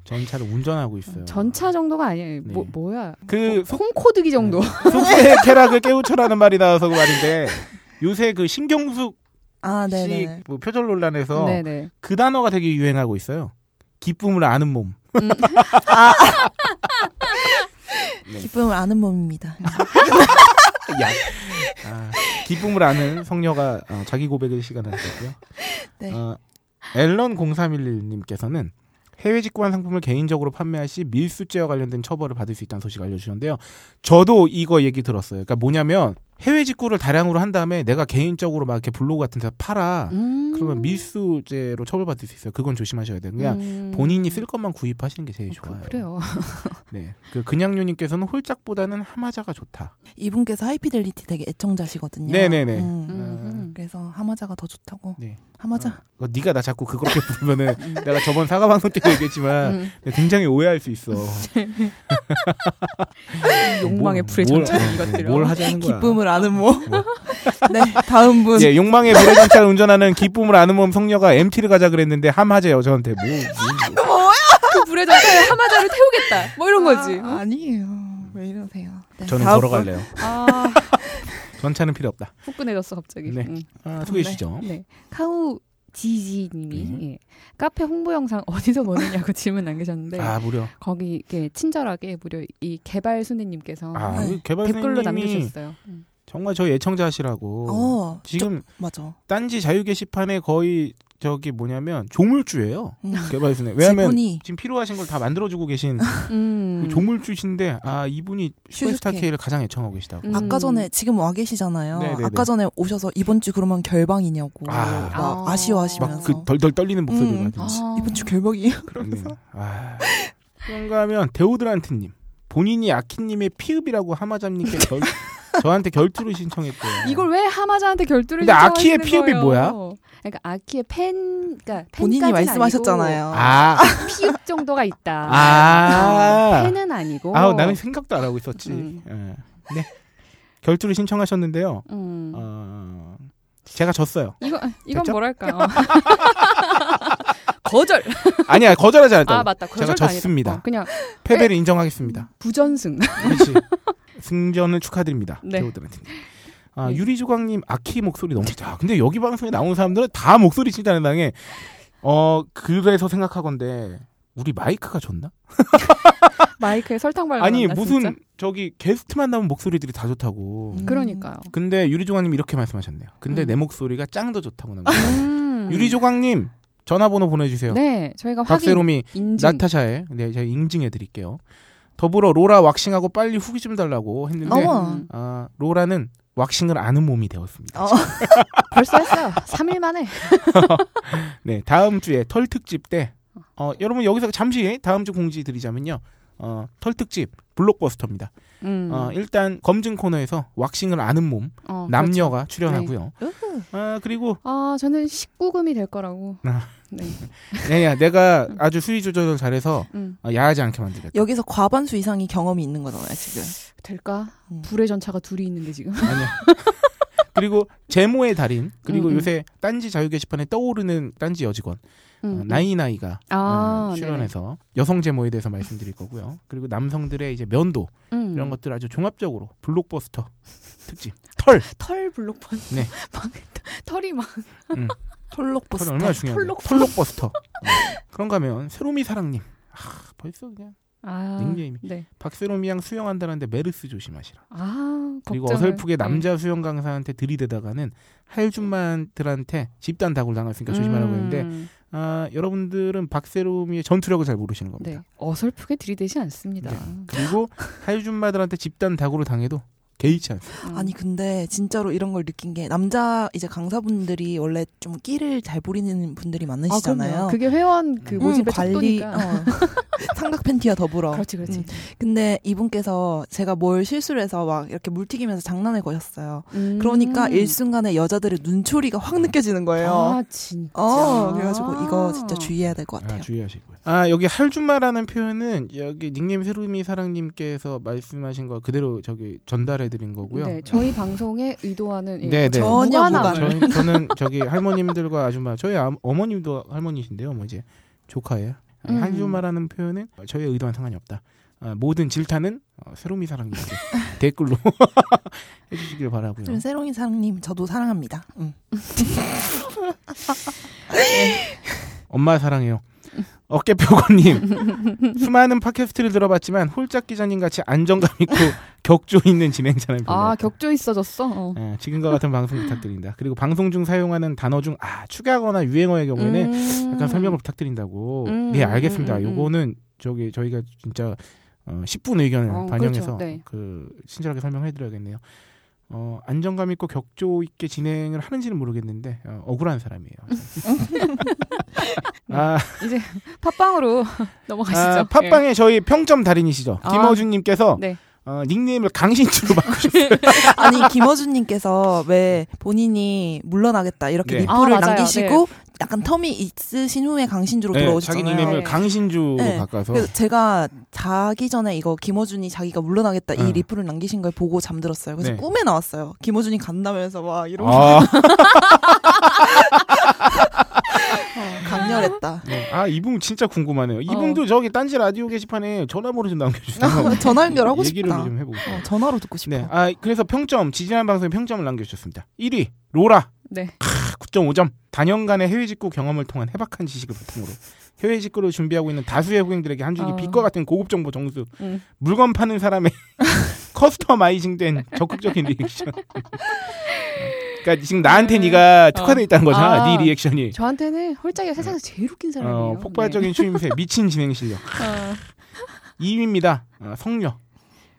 Speaker 1: 전차를 운전하고 있어요.
Speaker 5: 전차 정도가 아니에요.
Speaker 1: 음.
Speaker 5: 뭐,
Speaker 1: 네.
Speaker 5: 뭐야.
Speaker 1: 그 속- 네,
Speaker 5: 콩코드기 정도.
Speaker 1: 속세의 쾌락을 깨우쳐라는 말이 나와서 그 말인데 요새 그 신경숙
Speaker 2: 아, 네, 네.
Speaker 1: 씨뭐 표절 논란에서
Speaker 5: 네네.
Speaker 1: 그 단어가 되게 유행하고 있어요. 기쁨을 아는 몸. 네.
Speaker 2: 기쁨을 아는 몸입니다.
Speaker 1: 야. 아, 기쁨을 아는 성녀가 어, 자기 고백의 시간을 가졌고요.
Speaker 2: 네.
Speaker 1: 어, 앨런 0311님께서는 해외 직구한 상품을 개인적으로 판매할 시 밀수죄와 관련된 처벌을 받을 수 있다는 소식 알려주셨는데요. 저도 이거 얘기 들었어요. 그러니까 뭐냐면 해외 직구를 다량으로 한 다음에 내가 개인적으로 막 이렇게 블로그 같은 데서 팔아.
Speaker 5: 음.
Speaker 1: 그러면 밀수죄로 처벌받을 수 있어요. 그건 조심하셔야 돼요. 그냥
Speaker 5: 음.
Speaker 1: 본인이 쓸 것만 구입하시는 게 제일
Speaker 5: 어,
Speaker 1: 좋아요.
Speaker 5: 그, 그래요.
Speaker 1: 네. 그 그냥요님께서는 홀짝보다는 하마자가 좋다.
Speaker 2: 이분께서 하이피델리티 되게 애청자시거든요.
Speaker 1: 네네네.
Speaker 2: 음.
Speaker 5: 음.
Speaker 2: 그래서 하마자가 더 좋다고.
Speaker 1: 네.
Speaker 2: 하마자.
Speaker 1: 어, 네가 나 자꾸 그렇게 부르면은 내가 저번 사과 방송 때도 얘기했지만
Speaker 5: 음.
Speaker 1: 굉장히 오해할 수 있어.
Speaker 5: 음.
Speaker 1: 뭘-
Speaker 5: 욕망의 불의
Speaker 1: 뭘-
Speaker 5: 전차.
Speaker 1: 어,
Speaker 5: 이것들을. 뭐?
Speaker 1: 뭘 하자는 거야?
Speaker 2: 기쁨을 아는 몸. 네, 다음 분.
Speaker 1: 예, 욕망의 불의 전차를 운전하는 기쁨을 아는 몸 성녀가 MT를 가자 그랬는데 함하재요 저한테 뭐, 뭐, 뭐.
Speaker 2: 뭐야?
Speaker 5: 불의 전차에 하마자를 태우겠다. 뭐 이런 거지.
Speaker 2: 아, 아니에요. 왜 이러세요? 네.
Speaker 1: 저는
Speaker 2: 다음
Speaker 1: 걸어갈래요.
Speaker 5: 아,
Speaker 1: 전차는 필요 없다.
Speaker 5: 후끈해졌어 갑자기.
Speaker 1: 네.
Speaker 5: 응.
Speaker 1: 아, 소개해 주시죠.
Speaker 5: 네. 카우 지지님이
Speaker 1: 음.
Speaker 5: 예. 카페 홍보 영상 어디서 보느냐고 질문 남기셨는데
Speaker 1: 아 무려.
Speaker 5: 거기 이렇게 친절하게 무려 이 개발 순애님께서
Speaker 1: 아
Speaker 2: 네.
Speaker 1: 개발 선생님이
Speaker 5: 댓글로
Speaker 1: 그
Speaker 5: 남겨주셨어요. 음.
Speaker 1: 정말 저 예청자 하시라고.
Speaker 2: 어, 지금
Speaker 1: 뭐, 지금
Speaker 2: 맞아.
Speaker 1: 딴지 자유 게시판에 거의 저기 뭐냐면 조물주예요.
Speaker 2: 음.
Speaker 1: 개발 순에. 왜냐면
Speaker 2: 지분이
Speaker 1: 지금 필요하신 걸 다 만들어주고 계신
Speaker 5: 음.
Speaker 1: 그 조물주신데 아 이분이 슈퍼스타
Speaker 2: 슈스케.
Speaker 1: K를 가장 애청하고 계시다고.
Speaker 5: 음.
Speaker 2: 아까 전에 지금 와 계시잖아요.
Speaker 1: 네네네.
Speaker 2: 아까 전에 오셔서 이번 주 그러면 결방이냐고
Speaker 1: 아.
Speaker 2: 막
Speaker 5: 아.
Speaker 2: 아. 쉬워하시면
Speaker 1: 막
Speaker 2: 서
Speaker 1: 그 덜덜 떨리는 목소리가.
Speaker 2: 음
Speaker 1: 든지
Speaker 5: 아.
Speaker 2: 이번주 결방이에요.
Speaker 1: 네. 아. 그런가 하면 데오드란트님 본인이 아키님의 피읍이라고 하마잡님께 결, 저한테 결투를 신청했대요.
Speaker 5: 이걸 왜 하마자한테 결투를
Speaker 1: 근데 아키의
Speaker 5: 신청하시는
Speaker 1: 피읍이
Speaker 5: 거예요?
Speaker 1: 뭐야?
Speaker 5: 그러니까 아키의 팬, 그러니까
Speaker 2: 본인이
Speaker 5: 팬까지는
Speaker 2: 말씀하셨잖아요.
Speaker 1: 아,
Speaker 5: 아니고 피읍 정도가 있다.
Speaker 1: 아.
Speaker 5: 팬은 아니고.
Speaker 1: 아, 나는 생각도 안 하고 있었지.
Speaker 5: 어. 음.
Speaker 1: 예. 네, 결투를 신청하셨는데요.
Speaker 5: 음.
Speaker 1: 어, 제가 졌어요.
Speaker 5: 이거 이건
Speaker 1: 됐죠?
Speaker 5: 뭐랄까. 어. 거절.
Speaker 1: 아니야, 거절하지 않았다.
Speaker 5: 아 맞다.
Speaker 1: 제가
Speaker 5: 거절도
Speaker 1: 졌습니다.
Speaker 5: 아니다. 어, 그냥
Speaker 1: 패배를 인정하겠습니다.
Speaker 5: 부전승.
Speaker 1: 그렇지. 승전을 축하드립니다.
Speaker 5: 네.
Speaker 1: 데오드란트님. 아,
Speaker 5: 네.
Speaker 1: 유리조광님 아키 목소리 너무 좋다. 근데 여기 방송에 나온 사람들은 다 목소리 진짜는 당해. 어 그래서 생각하건데 우리 마이크가 좋나?
Speaker 5: 마이크에 설탕 발라.
Speaker 1: 아니 무슨 저기 게스트만 나면 목소리들이 다 좋다고.
Speaker 2: 음.
Speaker 5: 그러니까요.
Speaker 1: 근데 유리조광님 이렇게 말씀하셨네요. 근데
Speaker 5: 음.
Speaker 1: 내 목소리가 짱 더 좋다고 난 거예요.
Speaker 5: 음.
Speaker 1: 유리조광님 전화번호 보내주세요.
Speaker 5: 네, 저희가 확인
Speaker 1: 박세롬이
Speaker 5: 인증.
Speaker 1: 나타샤에 네 제가 인증해 드릴게요. 더불어 로라 왁싱하고 빨리 후기 좀 달라고 했는데
Speaker 2: 어머.
Speaker 5: 음.
Speaker 1: 아, 로라는 왁싱을 아는 몸이 되었습니다.
Speaker 2: 어.
Speaker 5: 벌써 했어요. 3일 만에.
Speaker 1: 네, 다음 주에 털 특집 때 어, 여러분 여기서 잠시 다음 주 공지 드리자면요. 어, 털 특집 블록버스터입니다.
Speaker 5: 음.
Speaker 1: 어, 일단 검증 코너에서 왁싱을 아는 몸
Speaker 5: 어,
Speaker 1: 남녀가 출연하고요.
Speaker 2: 으흐.
Speaker 1: 아, 그리고
Speaker 5: 그렇죠. 아, 저는 19금이 될 거라고.
Speaker 1: 아.
Speaker 5: 네.
Speaker 1: 야, 야, 내가 아주 수위 조절을 잘해서
Speaker 5: 음.
Speaker 1: 어, 야하지 않게 만들겠다.
Speaker 2: 여기서 과반수 이상이 경험이 있는 거잖아요, 지금.
Speaker 5: 될까?
Speaker 2: 음.
Speaker 5: 불의 전차가 둘이 있는데 지금.
Speaker 1: 아니야. 그리고 제모의 달인 그리고
Speaker 5: 음, 음.
Speaker 1: 요새 딴지 자유 게시판에 떠오르는 딴지 여직원
Speaker 5: 음.
Speaker 1: 어, 나이나이가
Speaker 5: 아,
Speaker 1: 어,
Speaker 5: 네네.
Speaker 1: 출연해서 여성 제모에 대해서 말씀드릴 거고요. 그리고 남성들의 이제 면도
Speaker 5: 음.
Speaker 1: 이런 것들 아주 종합적으로 블록버스터 특집 털
Speaker 5: 털 블록버스.
Speaker 1: 네. 음.
Speaker 5: 막 털이 막
Speaker 1: 털
Speaker 2: 톨록보스.
Speaker 1: 얼마나 중요한
Speaker 5: 털록-
Speaker 1: 털록버스터 어. 그런가 하면 새로미 사랑님 아 벌써 그냥
Speaker 5: 아.
Speaker 1: 닉네임이.
Speaker 5: 네.
Speaker 1: 박새로미 양 수영한다는데 메르스 조심하시라
Speaker 5: 아,
Speaker 1: 그리고
Speaker 5: 걱정을.
Speaker 1: 어설프게 남자 수영 강사한테 들이대다가는 할줌만들한테 집단 다굴 당했으니까
Speaker 5: 네.
Speaker 1: 그러니까 조심하라고 했는데
Speaker 5: 음.
Speaker 1: 아, 여러분들은 박새로미의 전투력을 잘 모르시는 겁니다
Speaker 5: 네. 어설프게 들이대지 않습니다. 음.
Speaker 1: 네. 그리고 할줌마들한테 집단 다굴을 당해도 개의치 않습니다
Speaker 5: 음.
Speaker 2: 아니 근데 진짜로 이런 걸 느낀 게 남자 이제 강사분들이 원래 좀 끼를 잘 부리는 분들이 많으시잖아요.
Speaker 5: 그럼요. 그게 회원 그
Speaker 1: 음,
Speaker 5: 모집의
Speaker 2: 관리
Speaker 5: 관리가.
Speaker 2: 어. 삼각 팬티와 더불어.
Speaker 5: 그렇지, 그렇지.
Speaker 2: 음. 근데 이분께서 제가 뭘 실수를 해서 막 이렇게 물튀기면서 장난을 거셨어요.
Speaker 5: 음.
Speaker 2: 그러니까 일순간에 여자들의 눈초리가 확 느껴지는 거예요.
Speaker 5: 아, 진짜.
Speaker 2: 어, 그래가지고 이거 진짜 주의해야 될 것
Speaker 1: 아,
Speaker 2: 같아요.
Speaker 1: 주의하시고요. 아 여기 할줌마라는 표현은 여기 닉네임 새로미 사랑님께서 말씀하신 거 그대로 저기 전달해드린 거고요.
Speaker 5: 네, 저희 방송에 의도하는 예,
Speaker 1: 네, 네.
Speaker 2: 전혀
Speaker 5: 무관함.
Speaker 2: 무관.
Speaker 1: 저희, 저는 저기 할머님들과 아줌마, 저희 암- 어머님도 할머니신데요, 뭐 이제 조카예요. 아,
Speaker 5: 음.
Speaker 1: 할줌마라는 표현은 저희 의도와는 상관이 없다. 아, 모든 질타는 어, 새로미 사랑님께 댓글로 해주시길 바라고요.
Speaker 2: 좀 새롱이 사랑님 저도 사랑합니다. 음.
Speaker 1: 엄마 사랑해요. 어깨표고님 수많은 팟캐스트를 들어봤지만 홀짝 기자님 같이 안정감 있고 격조 있는 진행자는 별로
Speaker 5: 아,
Speaker 1: 없다.
Speaker 5: 격조 있어졌어. 어.
Speaker 1: 예, 지금과 같은 방송 부탁드린다. 그리고 방송 중 사용하는 단어 중 아, 축약어나 유행어의 경우에는
Speaker 5: 음.
Speaker 1: 약간 설명을 부탁드린다고.
Speaker 5: 음,
Speaker 1: 네
Speaker 5: 음,
Speaker 1: 알겠습니다.
Speaker 5: 음, 음, 음.
Speaker 1: 요거는 저기 저희가 진짜 어, 10분 의견을
Speaker 5: 어,
Speaker 1: 반영해서
Speaker 5: 그렇죠. 네.
Speaker 1: 그 친절하게 설명해드려야겠네요. 어, 안정감 있고 격조 있게 진행을 하는지는 모르겠는데 어, 억울한 사람이에요. 아,
Speaker 5: 네, 팟빵으로 넘어가시죠. 예.
Speaker 1: 아, 팟빵에 저희 평점 달인이시죠.
Speaker 5: 아.
Speaker 1: 김어준님께서
Speaker 5: 네.
Speaker 1: 어, 닉네임을 강신주로 바꾸셨어요.
Speaker 2: 아니 김어준님께서 왜 본인이 물러나겠다 이렇게
Speaker 1: 네.
Speaker 2: 리플을
Speaker 5: 아, 맞아요.
Speaker 2: 남기시고 약간 텀이 있으신 후에 강신주로
Speaker 1: 자기
Speaker 2: 돌아오셨잖아요.
Speaker 1: 닉네임을
Speaker 5: 네.
Speaker 1: 강신주로
Speaker 2: 네.
Speaker 1: 바꿔서
Speaker 2: 그래서 제가 자기 전에 이거 김어준이 자기가 물러나겠다
Speaker 1: 네.
Speaker 2: 이 리플을 남기신 걸 보고 잠들었어요. 그래서
Speaker 1: 네.
Speaker 2: 꿈에 나왔어요. 김어준이 간다면서 막 이런
Speaker 1: 아.
Speaker 2: 강렬 판단을 했다.
Speaker 1: 네. 아 이분 진짜 궁금하네요. 이분도 저기 딴지 라디오 게시판에 전화번호 좀 남겨주세요.
Speaker 2: 전화 연결하고
Speaker 1: 아. 얘기를
Speaker 2: 어, 싶다.
Speaker 1: 좀 해보고 싶어요.
Speaker 2: 어, 전화로 듣고 싶어.
Speaker 1: 네, 아 그래서 평점 지지난 방송에 평점을 남겨주셨습니다. 1위 로라
Speaker 5: 네.
Speaker 1: 9.5점. 단연간의 해외 직구 경험을 통한 해박한 지식을 바탕으로 해외 직구를 준비하고 있는 다수의 고객들에게 한 줄기
Speaker 5: 어.
Speaker 1: 빛과 같은 고급 정보 정수.
Speaker 5: 음.
Speaker 1: 물건 파는 사람의 커스터마이징된 적극적인 리액션. 그러니까 지금 나한테
Speaker 5: 음.
Speaker 1: 네가 특화돼 있다는 거잖아.
Speaker 5: 아.
Speaker 1: 네 리액션이.
Speaker 5: 저한테는 홀짝이가 세상에서 제일 웃긴 사람이에요.
Speaker 1: 네. 어, 폭발적인 추임새, 미친 진행 실력.
Speaker 5: 네. 어.
Speaker 1: 2위입니다. 어, 성녀.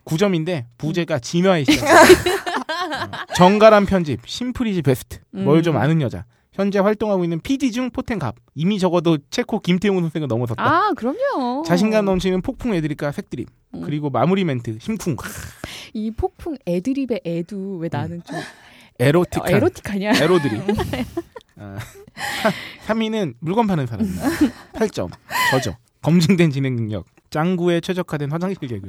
Speaker 1: 9점인데 부제가 진화의 시작. 어, 정갈한 편집, 심플이지 베스트. 뭘 좀
Speaker 5: 음.
Speaker 1: 아는 여자. 현재 활동하고 있는 PD 중 포텐갑. 이미 적어도 체코 김태웅 선생을 넘어섰다.
Speaker 5: 아, 그럼요.
Speaker 1: 자신감 넘치는 폭풍 애드립과 색드립.
Speaker 5: 음.
Speaker 1: 그리고 마무리 멘트, 심쿵.
Speaker 5: 이 폭풍 애드립의 애도 왜 나는 좀
Speaker 1: 음. 에로틱한.
Speaker 5: 어, 에로틱하냐? 네.
Speaker 1: 에로드립. 3위는 물건 파는 사람입니다. 8점. 저죠. 검증된 진행 능력. 짱구에 최적화된 화장실 개그.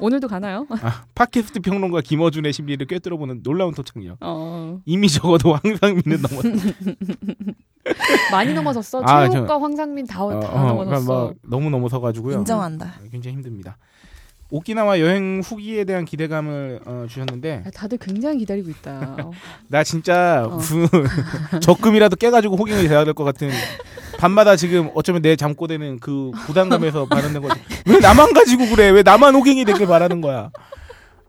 Speaker 5: 오늘도 가나요?
Speaker 1: 아, 팟캐스트 평론가 김어준의 심리를 꿰뚫어보는 놀라운 토착력.
Speaker 5: 어.
Speaker 1: 이미 적어도 황상민은 넘었다.
Speaker 5: 많이 넘어졌어.
Speaker 1: 아,
Speaker 5: 최욱과 황상민 뭐 다,
Speaker 1: 어,
Speaker 5: 다
Speaker 1: 어, 그러니까
Speaker 5: 넘어졌어.
Speaker 1: 막 너무 넘어서가지고요.
Speaker 2: 인정한다.
Speaker 1: 어, 굉장히 힘듭니다. 오키나와 여행 후기에 대한 기대감을 어, 주셨는데
Speaker 5: 야, 아, 다들 굉장히 기다리고 있다. 어.
Speaker 1: 나 진짜
Speaker 5: 어.
Speaker 1: 그 적금이라도 깨가지고 호갱이 돼야 될 것 같은 밤마다 지금 어쩌면 내 잠꼬대는 그 부담감에서 바르는 거지 왜 나만 가지고 그래 왜 나만 호갱이 되길 바라는 거야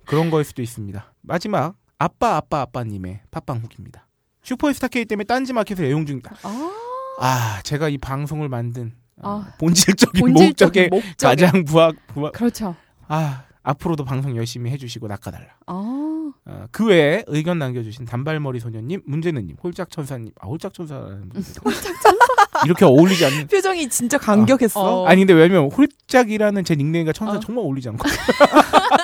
Speaker 1: 그런 거일 수도 있습니다 마지막 아빠 아빠 아빠님의 팟빵 후기입니다 슈퍼스타 K 때문에 딴지 마켓에 애용 중이다
Speaker 5: 아,
Speaker 1: 아 제가 이 방송을 만든 어,
Speaker 5: 아.
Speaker 1: 본질적인, 목적에
Speaker 5: 본질적인 목적에
Speaker 1: 가장 부합 부합
Speaker 5: 그렇죠.
Speaker 1: 아 앞으로도 방송 열심히 해주시고 낚아달라
Speaker 5: 아,
Speaker 1: 어, 그 외에 의견 남겨주신 단발머리 소녀님, 문제는님, 홀짝천사님, 아 홀짝천사라는 분 이렇게 어울리지 않는.
Speaker 2: 표정이 진짜 감격했어.
Speaker 5: 어.
Speaker 1: 아니 근데 왜냐면 홀짝이라는 제 닉네임과 천사
Speaker 5: 어.
Speaker 1: 정말 어울리지 않고.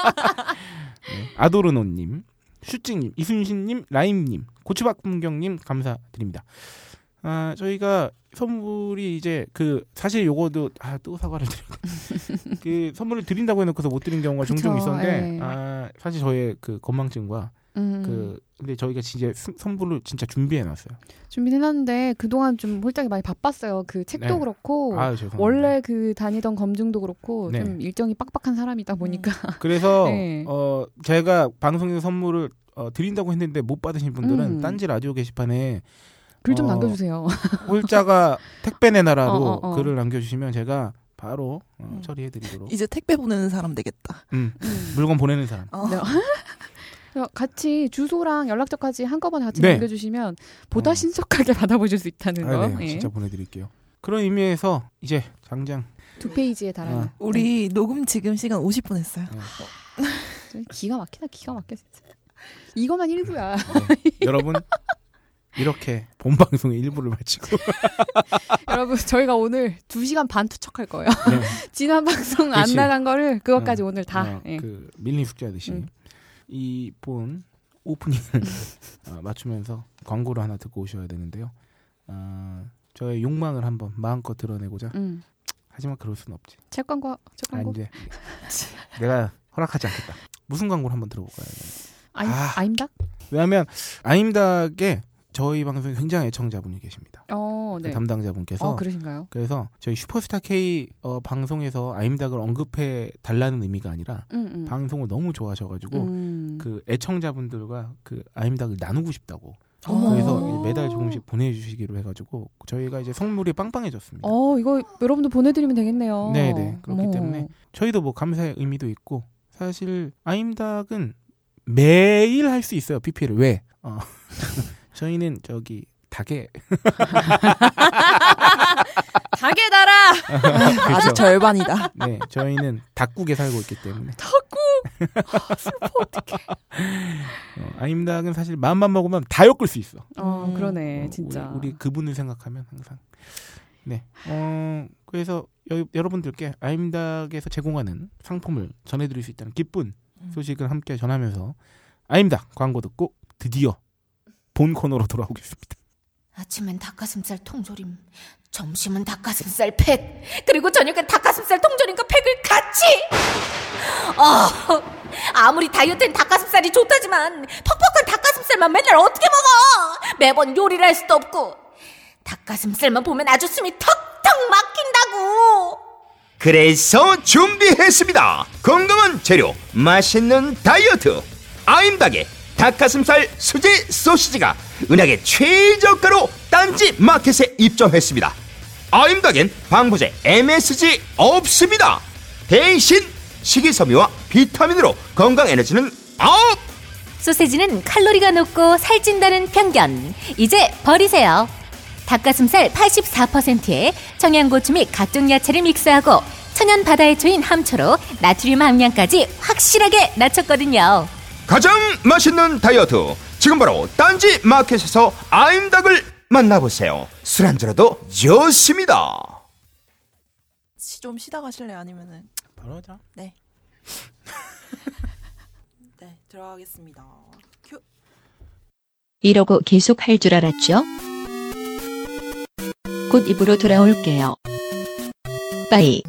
Speaker 1: 네. 아도르노님, 슈찡님, 이순신님, 라임님, 고추박분경님 감사드립니다. 아 저희가 선물이 이제 그 사실 요거도 아 또 사과를 드리고 그 선물을 드린다고 해놓고서 못 드린 경우가 종종
Speaker 5: 그쵸,
Speaker 1: 있었는데
Speaker 5: 예.
Speaker 1: 아 사실 저의 그 건망증과
Speaker 5: 음.
Speaker 1: 그 근데 저희가 진짜 스- 선물을 진짜 준비해 놨어요.
Speaker 5: 준비해놨는데 그동안 좀 홀짝이 많이 바빴어요. 그 책도
Speaker 1: 네.
Speaker 5: 그렇고
Speaker 1: 아 죄송합니다.
Speaker 5: 원래 그 다니던 검증도 그렇고
Speaker 1: 네. 음.
Speaker 5: 좀 일정이 빡빡한 사람이다 보니까
Speaker 1: 그래서
Speaker 5: 네.
Speaker 1: 어 제가 방송에서 선물을 어, 드린다고 했는데 못 받으신 분들은
Speaker 5: 음.
Speaker 1: 딴지 라디오 게시판에
Speaker 5: 글 좀
Speaker 1: 어,
Speaker 5: 남겨주세요.
Speaker 1: 홀자가 택배 내놔라로
Speaker 5: 어, 어, 어.
Speaker 1: 글을 남겨주시면 제가 바로 어,
Speaker 2: 음.
Speaker 1: 처리해드리도록
Speaker 2: 이제 택배 보내는 사람 되겠다.
Speaker 1: 음, 물건 보내는 사람.
Speaker 2: 어.
Speaker 5: 네. 그래서 어, 같이 주소랑 연락처까지 한꺼번에 같이
Speaker 1: 네.
Speaker 5: 남겨주시면 보다
Speaker 1: 어.
Speaker 5: 신속하게 받아보실 수 있다는 거.
Speaker 1: 아, 네,
Speaker 5: 예.
Speaker 1: 진짜 보내드릴게요. 그런 의미에서 이제 당장
Speaker 5: 두 페이지에 달하는.
Speaker 1: 아.
Speaker 2: 우리 녹음 지금 시간 50분 했어요.
Speaker 1: 어,
Speaker 5: 네. 기가 막히다, 기가 막혀 진짜. 이거만 일부야.
Speaker 1: 네, 여러분 이렇게 본 방송의 일부를 마치고
Speaker 5: 여러분 저희가 오늘 두 시간 반 투척할 거예요.
Speaker 1: 네.
Speaker 5: 지난 방송 안
Speaker 1: 그치.
Speaker 5: 나간 거를 그것까지
Speaker 1: 어,
Speaker 5: 오늘 다.
Speaker 1: 어,
Speaker 5: 예.
Speaker 1: 그 밀린 숙제하듯이
Speaker 5: 음.
Speaker 1: 이본 오프닝을 어, 맞추면서 광고를 하나 듣고 오셔야 되는데요. 어, 저의 욕망을 한번 마음껏 드러내고자
Speaker 5: 음.
Speaker 1: 하지만 그럴 순 없지.
Speaker 5: 책 광고, 책
Speaker 1: 아,
Speaker 5: 광고.
Speaker 1: 이제 내가 허락하지 않겠다. 무슨 광고를 한번 들어볼까요?
Speaker 5: 아임,
Speaker 1: 아.
Speaker 5: 아임닭?
Speaker 1: 왜냐하면 아임닭에 저희 방송에 굉장히 애청자분이 계십니다.
Speaker 5: 어, 네.
Speaker 1: 그 담당자분께서
Speaker 5: 어, 그러신가요?
Speaker 1: 그래서 저희 슈퍼스타 K 어, 방송에서 아임닭을 언급해 달라는 의미가 아니라
Speaker 5: 음, 음.
Speaker 1: 방송을 너무 좋아하셔가지고
Speaker 5: 음.
Speaker 1: 그 애청자분들과 그 아임닭을 나누고 싶다고
Speaker 2: 어머.
Speaker 1: 그래서
Speaker 5: 어.
Speaker 1: 이제 매달 조금씩 보내주시기로 해가지고 저희가 이제 선물이 빵빵해졌습니다.
Speaker 5: 어, 이거 여러분도 보내드리면 되겠네요.
Speaker 1: 네, 네. 그렇기
Speaker 5: 어머.
Speaker 1: 때문에. 저희도 뭐 감사의 의미도 있고 사실 아임닭은 매일 할 수 있어요 PP를 왜? 어. 저희는 저기 닭에
Speaker 5: 닭에 달아!
Speaker 1: 그렇죠.
Speaker 2: 아주 절반이다.
Speaker 1: 네 저희는 닭국에 살고 있기 때문에
Speaker 5: 닭국! 아,
Speaker 1: 어, 아임닭은 사실 마음만 먹으면 다 엮을 수 있어.
Speaker 5: 어,
Speaker 2: 음.
Speaker 1: 어,
Speaker 5: 그러네, 진짜.
Speaker 1: 우리, 우리 그분을 생각하면 항상. 네. 어, 그래서 여, 여러분들께 아임닭에서 제공하는 상품을 전해드릴 수 있다는 기쁜
Speaker 5: 음.
Speaker 1: 소식을 함께 전하면서 아임닭 광고 듣고 드디어 본 코너로 돌아오겠습니다.
Speaker 6: 아침엔 닭가슴살 통조림, 점심은 닭가슴살 팩, 그리고 저녁엔 닭가슴살 통조림과 팩을 같이! 어, 아무리 다이어트엔 닭가슴살이 좋다지만 퍽퍽한 닭가슴살만 맨날 어떻게 먹어! 매번 요리를 할 수도 없고 닭가슴살만 보면 아주 숨이 턱턱 막힌다고.
Speaker 7: 그래서 준비했습니다. 건강한 재료, 맛있는 다이어트. 아임닭의 닭가슴살 수제 소시지가 은하계 최저가로 딴지 마켓에 입점했습니다. 아임닭엔 방부제 MSG 없습니다. 대신 식이섬유와 비타민으로 건강 에너지는 업!
Speaker 8: 소세지는 칼로리가 높고 살찐다는 편견 이제 버리세요. 닭가슴살 84%에 청양고추 및 각종 야채를 믹스하고 천연 바다의 초인 함초로 나트륨 함량까지 확실하게 낮췄거든요.
Speaker 7: 가장 맛있는 다이어트 지금 바로 딴지 마켓에서 아임닭을 만나보세요 술 안주로도 좋습니다
Speaker 2: 시- 좀 쉬다 가실래요? 아니면은
Speaker 1: 바로 하자.
Speaker 2: 네 들어가겠습니다. 큐.
Speaker 9: 이러고 계속 할 줄 알았죠? 곧 입으로 돌아올게요. 빠이.